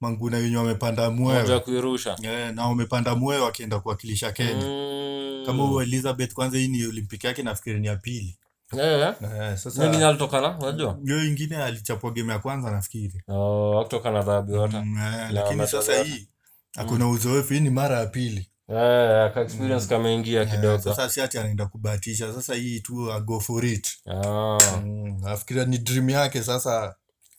Speaker 2: manguna yenye wamepanda
Speaker 1: Moja ya
Speaker 2: mwewe
Speaker 1: kuirusha.
Speaker 2: Eh, na wamepanda mwewe wakienda kuwakilisha kenya
Speaker 1: Mm.
Speaker 2: kama huo elizabeth kwanza hii ni olimpiki yake nafikiri ni ya pili
Speaker 1: Eh.
Speaker 2: eh,
Speaker 1: Nini
Speaker 2: sasa
Speaker 1: nalitokana? Unajua?
Speaker 2: hiyo ingine alichapwa game ya kwanza nafikiri
Speaker 1: Oh, hakutokana dhahabu yote.
Speaker 2: Mm, eh, lakini sasa
Speaker 1: ametolewa.
Speaker 2: hii hakuna uzoefu hii ni mara ya pili
Speaker 1: Eh, ka experience kameingia
Speaker 2: eh,
Speaker 1: kidogo.
Speaker 2: sasa si ati anaenda kubahatisha sasa hii tu a go for it
Speaker 1: Ah,
Speaker 2: Mm, nafikiria ni dream yake sasa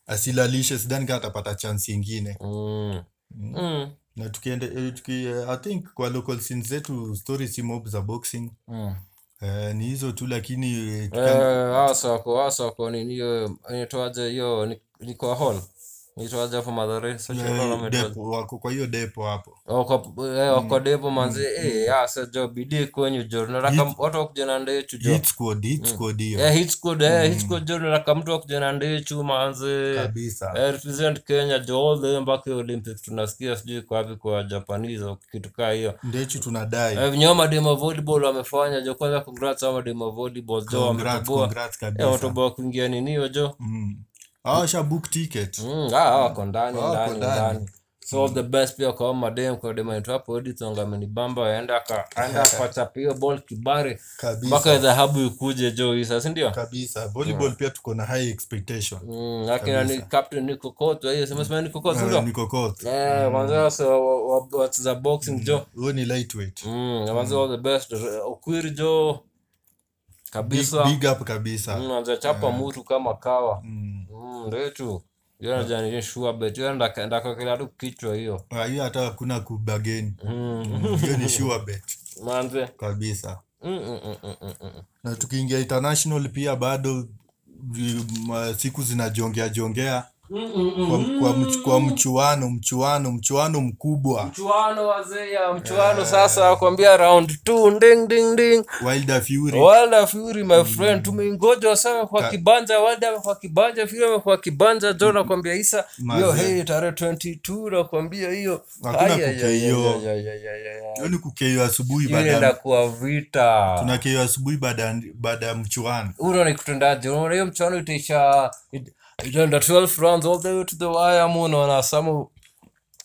Speaker 2: asilalishe sidhani kaa atapata chance ingine
Speaker 1: mm,
Speaker 2: mm.
Speaker 1: mm,
Speaker 2: na tukiende eh, tuki, eh, i think kwa local scene zetu story si mob za boxing
Speaker 1: mm.
Speaker 2: eh, ni hizo tu lakini eh, tukian-
Speaker 1: Eh, asako asako nini hiyo inaitwaje hiyo ni- niko hall inaitwaje hapo Madhare social hall
Speaker 2: eh,
Speaker 1: ama inaitwaje?
Speaker 2: depo Mm. wako kwa hiyo depo hapo
Speaker 1: Oh, kwa eh, kwa devo manzi eh asa jo bidii kwenyu jo nataka
Speaker 2: Hit-
Speaker 1: watu wakuje na ndechu jo
Speaker 2: hit squad hit squad hiyo
Speaker 1: eh hit squad eh hit squad jo nataka mtu wakuje na ndechu manzi
Speaker 2: kabisa
Speaker 1: eh represent Kenya jo all the way mpaka Olympics tunasikia sijui kwa wapi kwa Japanese au kitu kaa hiyo
Speaker 2: ndechu tunadai
Speaker 1: Eh, Vinyo mademo volleyball wamefanya jo, kwanza congrats hao mademo volleyball jo,
Speaker 2: congrats
Speaker 1: wametoboa
Speaker 2: congrats
Speaker 1: eh,
Speaker 2: kabisa
Speaker 1: wametoboa kuingia niniyo jo
Speaker 2: mm. awasha book ticket
Speaker 1: mm, ah, ah, wako ndani
Speaker 2: Wako
Speaker 1: ndani
Speaker 2: ndani.
Speaker 1: ndani so all the best pia kwa hao madem kwa demo yetu hapo Odithong amenibamba waenda ka aenda akachapa hiyo ball kibare mpaka
Speaker 2: kabisa
Speaker 1: dhahabu ikuje jo hii sasa ndio
Speaker 2: kabisa volleyball pia tuko na high expectation Eh,
Speaker 1: mm, lakini ni captain Nico Koto hiyo sema sema Nico Koto ndio
Speaker 2: nikokoth
Speaker 1: eh kwanza so wacheza
Speaker 2: Mm.
Speaker 1: boxing jo
Speaker 2: huo Mm. ni lightweight
Speaker 1: mm, kwanza all the best Okwiri jo
Speaker 2: big,
Speaker 1: kabisa Mm,
Speaker 2: big up kabisa
Speaker 1: anzachapa mutu kama kawa
Speaker 2: Mm. Eh.
Speaker 1: Mm, ndetu yanajaniria shuabet ndakakela tu kichwa hiyo
Speaker 2: Ah, hiyo hata hakuna kubageni
Speaker 1: Mm,
Speaker 2: Mm, hiyo ni sure bet
Speaker 1: manze
Speaker 2: kabisa
Speaker 1: Mm, mm, mm, mm, mm, mm.
Speaker 2: na tukiingia international pia bado vi- ma- siku zinajongea jongea
Speaker 1: Mm, mm, mm.
Speaker 2: kwa, kwa, mchu, kwa mchuano mchuano mchuano mkubwa
Speaker 1: mchuano wazee ya mchuano sasa wakwambia round two nding ding ding
Speaker 2: wilder fury
Speaker 1: Wilder Fury my friend tumeingoja sana kwa kibanja Wilder amekuwa kibanja Fury amekuwa kibanja John nakwambia Isa hiyo
Speaker 2: Mazee.
Speaker 1: hey tarehe 22 nakwambia hiyo
Speaker 2: Hakuna
Speaker 1: Ai, ai, ai, ai,
Speaker 2: kukeio.
Speaker 1: ai, ai, ai, ai, ai, ai.
Speaker 2: hiyo ni kukeio asubuhi
Speaker 1: hiyo
Speaker 2: baada ya-
Speaker 1: inaenda kuwa vita
Speaker 2: tunakeio asubuhi baada ya- baada ya mchuano
Speaker 1: unaona ikutendaje unaona hiyo mchano itaisha it- itaenda 12 rounds all the way to the wire ama unaona samu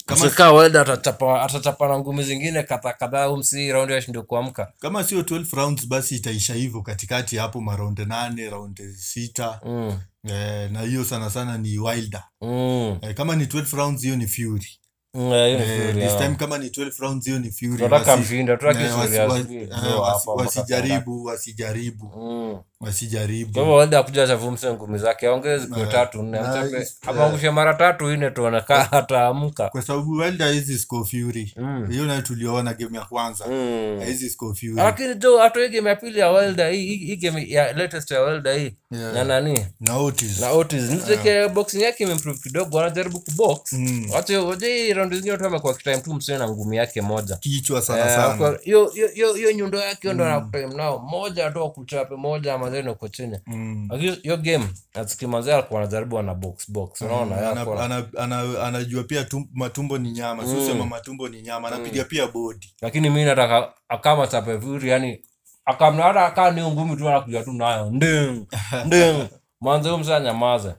Speaker 2: Kama-
Speaker 1: kama weda atachapa atachapa na ngumi zingine kadha kadhaa huu msi raundi ashindwe kuamka
Speaker 2: kama sio 12 rounds basi itaisha hivyo katikati hapo maraundi nane raundi sita
Speaker 1: mm.
Speaker 2: eh, na hiyo sana sana ni wilder
Speaker 1: Mm.
Speaker 2: eh, kama ni 12 rounds hiyo ni fury
Speaker 1: Mm, eh, hiyo ni
Speaker 2: eh,
Speaker 1: Fury,
Speaker 2: this
Speaker 1: ah.
Speaker 2: time kama ni 12 rounds hiyo ni fury
Speaker 1: tunataka
Speaker 2: Wasi-
Speaker 1: mshinda tunataka
Speaker 2: eh,
Speaker 1: Fury
Speaker 2: wasi- wa-
Speaker 1: azidi
Speaker 2: eh,
Speaker 1: draw
Speaker 2: wasi-
Speaker 1: hapa mpaka Sunday.
Speaker 2: wasijaribu wasijaribu
Speaker 1: Mm. kwa
Speaker 2: wasijaribu
Speaker 1: hivyo weda akuja chavumse ngumi zake aongeze kwa
Speaker 2: Eh,
Speaker 1: tatu nne
Speaker 2: na
Speaker 1: achape
Speaker 2: is- eh.
Speaker 1: amangushe mara tatu ine tuonekaa ataamka
Speaker 2: kwa sababu wilder hizi score fury
Speaker 1: Mm.
Speaker 2: hiyo nayo tulioona game ya kwanza
Speaker 1: Mm.
Speaker 2: hizi score fury Eh,
Speaker 1: lakini jo hata hii game ya pili ya welda hii hii- hii game ya latest ya welda hii
Speaker 2: Yeah.
Speaker 1: na nani
Speaker 2: na Otis.
Speaker 1: na otis mzike eh, boxing yake imeimprove kidogo wanajaribu kubox
Speaker 2: Ah. Mm.
Speaker 1: wache wache hii round zingine watu wamekuwa kitime tu msiwe na ngumi yake moja
Speaker 2: kichwa sana
Speaker 1: Eh,
Speaker 2: sana Mm.
Speaker 1: kwa- hiyo hiyo- hiyo- hiyo nyundo yake ndo anakutime nao moja atoa kuchape moja mazeni uko chini
Speaker 2: Mm.
Speaker 1: Lakini hiyo game natsikimaze alikuwa anajaribu ana box box unaona
Speaker 2: Mm, Ana-
Speaker 1: yako na-
Speaker 2: ana- ana- anajua pia tum, matumbo ni nyama si
Speaker 1: Mm.
Speaker 2: usema matumbo ni nyama anapiga pia bodi
Speaker 1: lakini mi nataka akama chape vizuri yani akamnada akaa ni ngumi tu anakuja tu nayo nding nding mwanzo huyo msa nyamaze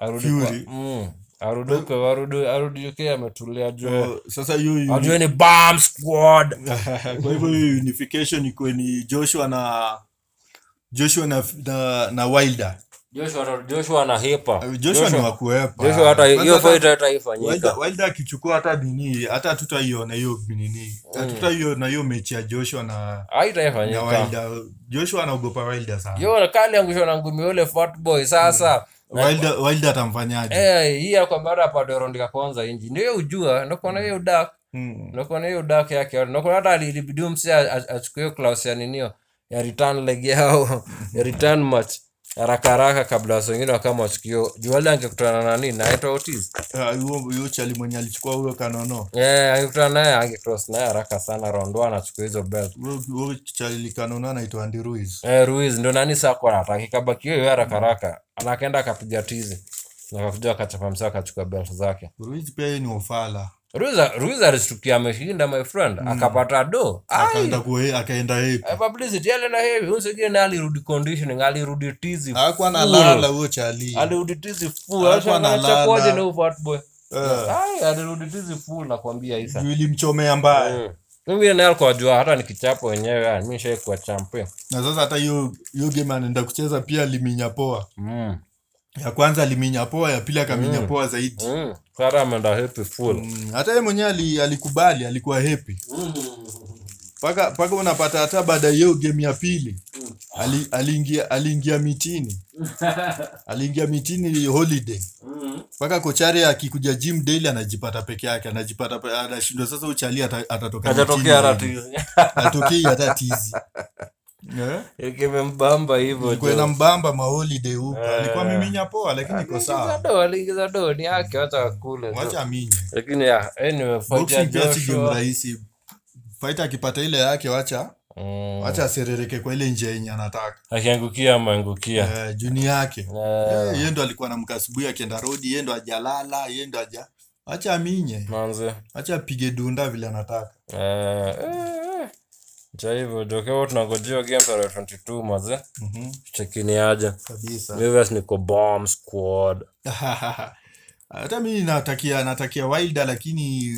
Speaker 1: arudi kwa
Speaker 2: Fury.
Speaker 1: mm, arudi kwa arudi arudi UK ametulia juu
Speaker 2: Uh, sasa hiyo yu-
Speaker 1: ajue ni bomb squad
Speaker 2: kwa hivyo hiyo unification ikuwe ni joshua na Joshua na, na, na Wilder.
Speaker 1: Joshua, Joshua na Hepa.
Speaker 2: Eh, Joshua, ni wa kuepa.
Speaker 1: Joshua hata
Speaker 2: Kwanza
Speaker 1: hiyo
Speaker 2: hata-
Speaker 1: fight hata
Speaker 2: Wilder,
Speaker 1: ifanyika.
Speaker 2: Wilder akichukua hata nini, hata hatutaiona hiyo nini.
Speaker 1: Mm.
Speaker 2: Hatutaiona hiyo mechi ya Joshua na na
Speaker 1: Haitaifanyika.
Speaker 2: Wilder. Joshua anaogopa Wilder sana.
Speaker 1: Yo kali angusha na ngumi yule fat boy sasa. Na-
Speaker 2: Hmm. Wilder, Wilder atamfanyaje?
Speaker 1: Eh, hii kwa mara hapa ndio round ya kwanza inji. Ndio ujua, ndio kuna hiyo dark,
Speaker 2: Mm.
Speaker 1: ndio kuna hiyo dark yake. Ndio kuna hata alibidi mse a- a- achukue hiyo clause ya ninio ya return leg yao, ya return match. Haraka haraka kabla wasi wengine wakama wachukio. Juwali angekutana na nani? Na Eto'o Ortiz.
Speaker 2: Ah, huyo huyo chali mwenye alichukua huyo Kanono.
Speaker 1: Eh, angekutana naye angecross naye haraka sana round 1 achukue hizo belt.
Speaker 2: Huyo- Huyo chali Kanono anaitwa Andy Ruiz.
Speaker 1: Eh, Ruiz ndo nani sako anataka kabaki hiyo haraka haraka. Anakaenda akapiga tizi. Na akakuja akachapa msa akachukua belt zake.
Speaker 2: Ruiz pia yeye ni ofala.
Speaker 1: Ruiz Ruiz alistukia ameshinda my friend, akapata do. Ai.
Speaker 2: Mm. Akaenda kuwe akaenda
Speaker 1: eh,
Speaker 2: hapi.
Speaker 1: Publicity yale na hivi, usikie na alirudi conditioning, alirudi tizi.
Speaker 2: Hakuwa na
Speaker 1: full.
Speaker 2: lala huyo chali.
Speaker 1: Alirudi tizi full.
Speaker 2: Hakuwa
Speaker 1: Acha
Speaker 2: analala.
Speaker 1: acha kwaje na fat boy.
Speaker 2: Eh.
Speaker 1: Ai, alirudi tizi full nakwambia Isa.
Speaker 2: Juu ilimchomea eh, mbaya.
Speaker 1: Mm. Mimi naye alikuwa jua hata nikichapo wenyewe, yani mimi shai kuwa champion.
Speaker 2: na sasa hata hiyo hiyo game anaenda kucheza pia aliminya poa
Speaker 1: Mm.
Speaker 2: ya kwanza aliminya poa ya pili akaminya poa zaidi
Speaker 1: Mm. Sara ameenda happy full.
Speaker 2: Mm, hata yeye mwenyewe ali, alikubali alikuwa hepi mpaka mpaka unapata hata baada ya hiyo game ya pili ali, aliingia aliingia mitini aliingia mitini holiday mpaka kochare akikuja gym daily anajipata peke yake anajipata pe- anashindwa sasa uchali ata- atatoka mitini
Speaker 1: Hajatokea
Speaker 2: zaidi.
Speaker 1: ratu.
Speaker 2: hatokei hata tizi Eh?
Speaker 1: Ikimembamba hivyo.
Speaker 2: Ilikuwa
Speaker 1: jo.
Speaker 2: inambamba maholiday huko
Speaker 1: Eh.
Speaker 2: alikuwa ameminya poa
Speaker 1: Ah,
Speaker 2: lakini iko sawa
Speaker 1: Aliingiza do, aliingiza do ni yake wacha akule. tu.
Speaker 2: wacha aminye
Speaker 1: Lakini ya, anyway, fight ya
Speaker 2: boxing pia si game
Speaker 1: Joshua.
Speaker 2: rahisi fighter akipata ile yake wacha
Speaker 1: Mm.
Speaker 2: wacha aserereke kwa ile njia yenye anataka
Speaker 1: Akiangukia ameangukia.
Speaker 2: Eh, juni yake
Speaker 1: Eh,
Speaker 2: Eh, yeye ndo alikuwa anamka asubuhi akienda rodi yeye ndo ajalala yeye ndo aja wacha aminye
Speaker 1: manze.
Speaker 2: wacha apige dunda vile anataka
Speaker 1: Eh, eh. Cha hivyo jo, kwa hivyo tunangojea game tarehe 22 maze.
Speaker 2: Mhm,
Speaker 1: Chekini aje.
Speaker 2: kabisa
Speaker 1: Rivers niko bomb squad.
Speaker 2: hata mimi natakia natakia wilder lakini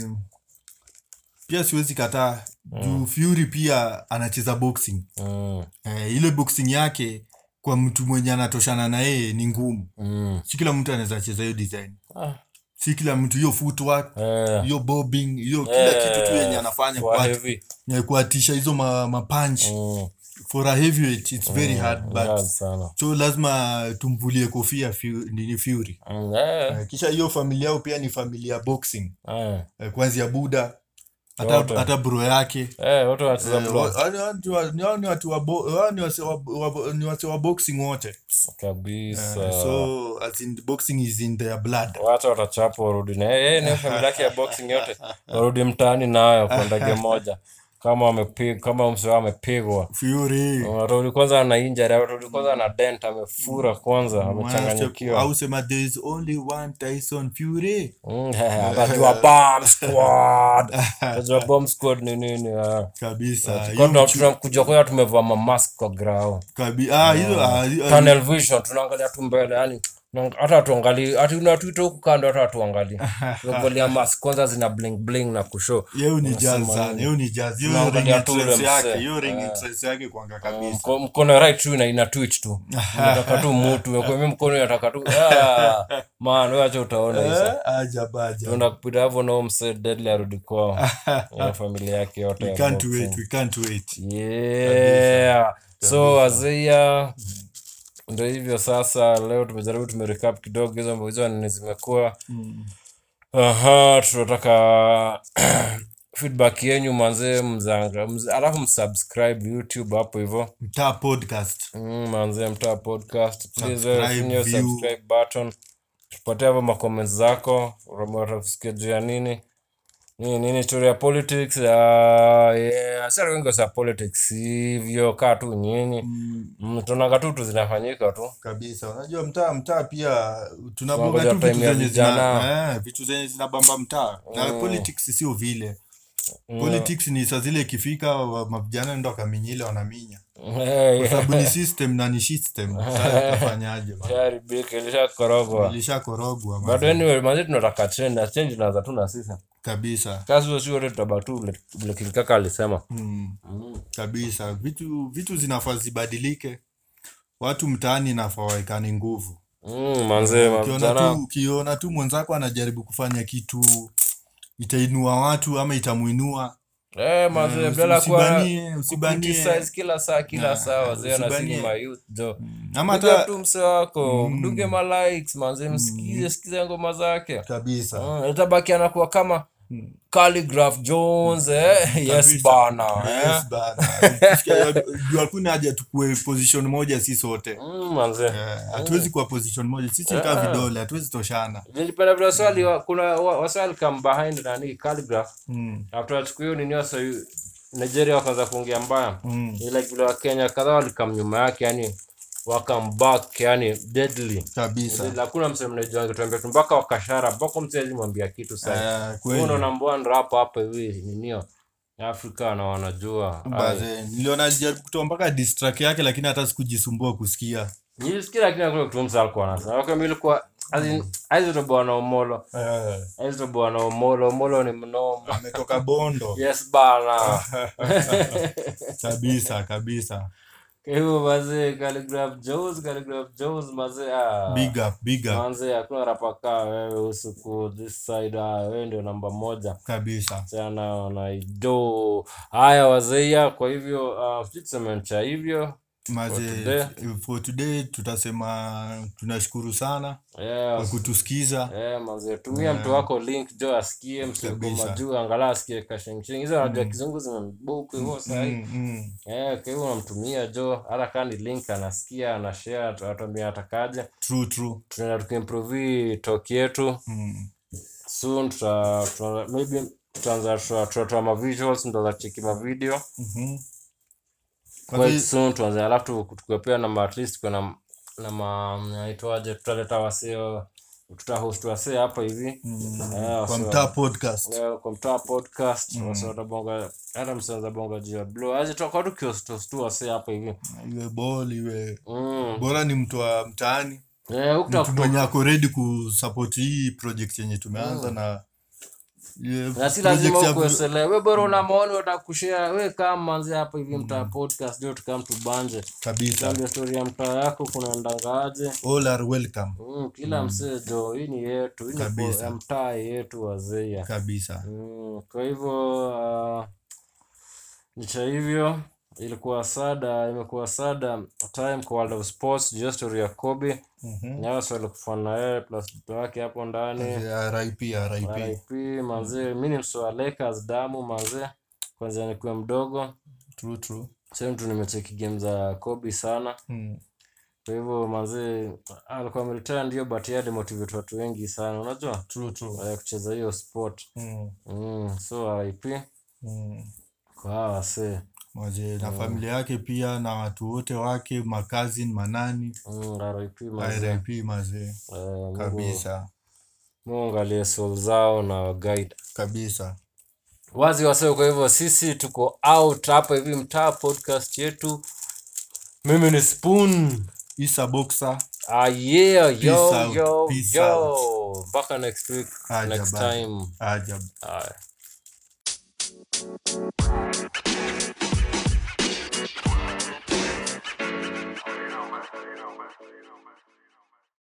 Speaker 2: pia siwezi kataa juu fury pia anacheza boxing
Speaker 1: Mm.
Speaker 2: eh, ile boxing yake kwa mtu mwenye anatoshana na yeye ni ngumu
Speaker 1: Mm.
Speaker 2: si kila mtu anaweza cheza hiyo design
Speaker 1: Ah.
Speaker 2: si kila mtu hiyo footwork
Speaker 1: Eh.
Speaker 2: hiyo bobbing hiyo kila
Speaker 1: Eh,
Speaker 2: kitu tu yenye anafanya
Speaker 1: kwa
Speaker 2: kuat-
Speaker 1: heavy.
Speaker 2: ya kuatisha hizo ma, mapunch
Speaker 1: Mm.
Speaker 2: for a heavyweight it's very hard but
Speaker 1: Hard sana.
Speaker 2: so lazima tumvulie kofia Fu- nini Fury
Speaker 1: Mm. Eh.
Speaker 2: Eh, kisha hiyo familia yao pia ni familia ya boxing
Speaker 1: Eh.
Speaker 2: Eh, kuanzia Buda
Speaker 1: Wote.
Speaker 2: hata, hata bro yake
Speaker 1: Eh, wote wanacheza
Speaker 2: Eh,
Speaker 1: block.
Speaker 2: wa- hao ni watu wa- ni hao ni watu wa bo- hao ni wase wa- wa- ni wase wa boxing wote Eh,
Speaker 1: Kabisa.
Speaker 2: so as in boxing is in their blood
Speaker 1: wacha watachapa warudi na yeye yeye ni familia yake ya boxing yote warudi mtaani nayo kwa ndege moja kama wamepigwa kama msee wao amepigwa
Speaker 2: Fury
Speaker 1: warudi kwanza ana injury warudi kwanza ana dent amefura kwanza amechanganyikiwa
Speaker 2: Mm, au sema there is only one Tyson Fury
Speaker 1: Mm, atajua bomb squad atajua bomb squad ni nini ah.
Speaker 2: kabisa
Speaker 1: Kwa
Speaker 2: hiyo
Speaker 1: tuna-
Speaker 2: mchu-
Speaker 1: tunakuja kwa hiyo tumevaa mamask kwa grao
Speaker 2: kabi ah hiyo ah, hiyo- ah,
Speaker 1: tunnel vision tunaangalia tu mbele yani na- hata hatuangalii hati unatuita huku kando hata hatuangalii tumevalia mask kwanza zina bling bling na kushow
Speaker 2: ah, hiyo ni jazz sana hiyo ni jazz hiyo
Speaker 1: Tunaangalia
Speaker 2: ring
Speaker 1: tu
Speaker 2: entrance
Speaker 1: ule
Speaker 2: yake
Speaker 1: msee. Ah.
Speaker 2: hiyo ring entrance yake kwanga kabisa
Speaker 1: Mko- mkono right tu ina, ina twitch tu nataka tu mutu kwami mkono inataka tu ah, man wacha utaona
Speaker 2: Eh,
Speaker 1: isa
Speaker 2: aja baja
Speaker 1: tuenda kupita hapo nao mse deadly arudi kwao na familia yake yote
Speaker 2: we
Speaker 1: ya
Speaker 2: can't
Speaker 1: boxing.
Speaker 2: wait we can't wait
Speaker 1: yeah so wazia ndo hivyo sasa leo tumejaribu tumerecap kidogo hizo mbizo nini zimekuwa aha tunataka feedback yenyu manzee mzanga mz, alafu msubscribe youtube hapo hivyo
Speaker 2: mtaa podcast
Speaker 1: Mm, manze mtaa podcast please wewe
Speaker 2: Subscribe,
Speaker 1: finyo
Speaker 2: view.
Speaker 1: subscribe button tupatie hapo macomments zako ramatakisikia juu ya nini nini nini story ya politics ya yeah. sasa wengi sa politics hivyo kaa tu nyinyi mm, tunaanga tu tu zinafanyika tu
Speaker 2: kabisa unajua mtaa mtaa pia tunaboga
Speaker 1: Tunaongoja
Speaker 2: tu vitu
Speaker 1: time ya
Speaker 2: zenye zina
Speaker 1: vijana. Mm.
Speaker 2: eh, vitu zenye zinabamba mtaa na politics sio vile politics ni saa zile ikifika wa- mavijana ndo wakaminyile wanaminya
Speaker 1: Eh, yeah.
Speaker 2: sababu ni system na ni system sasa tutafanyaje bana?
Speaker 1: Ishaharibika, ilishakorogwa
Speaker 2: ilishakorogwa
Speaker 1: but
Speaker 2: bana,
Speaker 1: anyway manze tunataka change na change inaanza tu na sisi
Speaker 2: kabisa
Speaker 1: kasi sio wote tutabaki tu vile- vile kilikaka alisema
Speaker 2: mm. kabisa vitu vitu zinafaa zibadilike watu mtaani nafaa waekane nguvu
Speaker 1: Mm, manzee
Speaker 2: ukiona
Speaker 1: mavijana
Speaker 2: tu, ukiona tu mwenzako anajaribu kufanya kitu itainua watu ama itamuinua
Speaker 1: Eh, manzee
Speaker 2: Eh,
Speaker 1: badala kuwa
Speaker 2: usibanie, usibanie.
Speaker 1: kucriticize kila saa kila
Speaker 2: Nah,
Speaker 1: saa wazee na
Speaker 2: usibanie.
Speaker 1: sinema youth jo
Speaker 2: ama
Speaker 1: piga
Speaker 2: hata
Speaker 1: tu mse wako
Speaker 2: Mm.
Speaker 1: mduge malikes manzee msikize sikize ngoma zake
Speaker 2: kabisa
Speaker 1: Mm, itabaki anakuwa kama
Speaker 2: Mm.
Speaker 1: Calligraph Jones eh? yes
Speaker 2: Kabisa.
Speaker 1: bana eh?
Speaker 2: Yes, bana. Ukifikia- juu hakuna haja tukue position moja si sote
Speaker 1: mm, manzee
Speaker 2: Eh, hatuwezi kuwa position moja sisi ni
Speaker 1: Yeah.
Speaker 2: kaa vidole hatuwezi toshana
Speaker 1: nilipenda vile waswali wa- kuna wa- waswali come behind nani Calligraph
Speaker 2: mm.
Speaker 1: after wachukua hiyo nini wasa Nigeria wakaanza kuongea mbaya
Speaker 2: Mm.
Speaker 1: Ni like vile Wakenya kadhaa walikam nyuma yake yani wakambak yani deadly
Speaker 2: kabisa
Speaker 1: hakuna mse mnajua angetuambia tu mpaka wakashara boko mse alimwambia kitu sana
Speaker 2: Eh,
Speaker 1: Wewe
Speaker 2: kweli
Speaker 1: unaona mbona ndo hapo hapo hivi ninio Afrika na wanajua Ai.
Speaker 2: Baze, eh, niliona alijaribu kutoa mpaka distract yake lakini hata sikujisumbua kusikia
Speaker 1: nilisikia lakini hakuna kitu mse alikuwa anasema kwa mimi ilikuwa as in aizo bwana Omolo
Speaker 2: Eh,
Speaker 1: aizo bwana Omolo Omolo ni mnomo
Speaker 2: ametoka bondo
Speaker 1: yes bana
Speaker 2: kabisa kabisa
Speaker 1: Kwa hivyo mazee Calligraph Jones Calligraph Jones mazee ah.
Speaker 2: big up, big up
Speaker 1: manze hakuna rapaka wewe usiku this side ah, wewe ndio namba moja
Speaker 2: kabisa
Speaker 1: sana na ido haya wazeia kwa hivyo ah, sijui tuseme ncha hivyo
Speaker 2: maze
Speaker 1: today.
Speaker 2: for today tutasema tunashukuru sana
Speaker 1: yeah,
Speaker 2: kwa kutusikiza
Speaker 1: yeah, manze tumia mtu wako link jo asikie
Speaker 2: Kabisa.
Speaker 1: msiuko juu angalau asikie kashingshin hizo anajua kizungu zimembuku hivo sahii
Speaker 2: mm, mm.
Speaker 1: yeah, kwa hivyo unamtumia jo hata kaa ni link anasikia anashare atatuambia atakaje
Speaker 2: true true
Speaker 1: tunaenda tukiimprovi toki yetu
Speaker 2: mm.
Speaker 1: soon tuta, tuta, maybe tutaanza tuta- tutatoa mavisuals mtaanza cheki mavideo
Speaker 2: mm
Speaker 1: quite soon tuanze alafu tukue pia na ma- at least tukuwe na na ma naitwaje tutaleta waseo tutahost wasee hapa hivi Eh,
Speaker 2: mm, kwa
Speaker 1: wasee-
Speaker 2: mtaa podcast
Speaker 1: eh, kwa mtaa podcast
Speaker 2: Mm.
Speaker 1: wasee watabonga hata msianza bonga juu ya blow aje tutakuwa tukihosthost tu wasee hapa hivi
Speaker 2: iwe ball iwe
Speaker 1: mm
Speaker 2: bora ni mtu wa mtaani
Speaker 1: eh huku
Speaker 2: mtu
Speaker 1: tutakuwa
Speaker 2: mwenye ako ready kusupport hii project yenye tumeanza na Ye-
Speaker 1: Mm. na si
Speaker 2: project
Speaker 1: lazima
Speaker 2: ya- Mm.
Speaker 1: ukueselee we bora una maoni utakushea we kaa manzi hapa hivi mtaa podcast ndio tukaa mtubanje
Speaker 2: kabisa
Speaker 1: tuambie stori ya mtaa yako kunaendangaaje
Speaker 2: all are welcome
Speaker 1: mm, kila msee jo hii ni yetu hii ni
Speaker 2: Kabisa.
Speaker 1: po- ya mtaa yetu wazia
Speaker 2: kabisa
Speaker 1: mm, kwa hivyo uh, licha hivyo ilikuwa sada imekuwa sada time kwa world of sports juu ya story ya kobe
Speaker 2: Mhm.
Speaker 1: nayo swali kufana na yeye plus mtu wake hapo ndani
Speaker 2: rip rip
Speaker 1: RIP manzee, mi ni msoa Lakers damu manzee, kwanza nikuwe mdogo.
Speaker 2: true true
Speaker 1: Sasa tu nimecheki game za Kobe sana,
Speaker 2: Mm.
Speaker 1: kwa hivyo manzee alikuwa ameretire ndio, but yeye alimotivate watu wengi sana, unajua
Speaker 2: true true
Speaker 1: ya kucheza hiyo sport
Speaker 2: Mm.
Speaker 1: mm, so RIP
Speaker 2: Mm.
Speaker 1: kwa hawa wasee
Speaker 2: Mazee, na familia yake pia na watu wote wake makazin manani
Speaker 1: mm, RIP manzee
Speaker 2: rip mazee
Speaker 1: Eh, Mungu-
Speaker 2: kabisa
Speaker 1: Mungu angalie soul zao na guide
Speaker 2: kabisa
Speaker 1: wazi wasee kwa hivyo sisi tuko out hapa hivi mtaa podcast yetu mimi ni spoon
Speaker 2: isa boxer
Speaker 1: Ah, yeah, yo,
Speaker 2: Peace out,
Speaker 1: yo,
Speaker 2: peace
Speaker 1: yo. Back next week,
Speaker 2: Aja
Speaker 1: next
Speaker 2: bana.
Speaker 1: time.
Speaker 2: ajab
Speaker 1: Aye.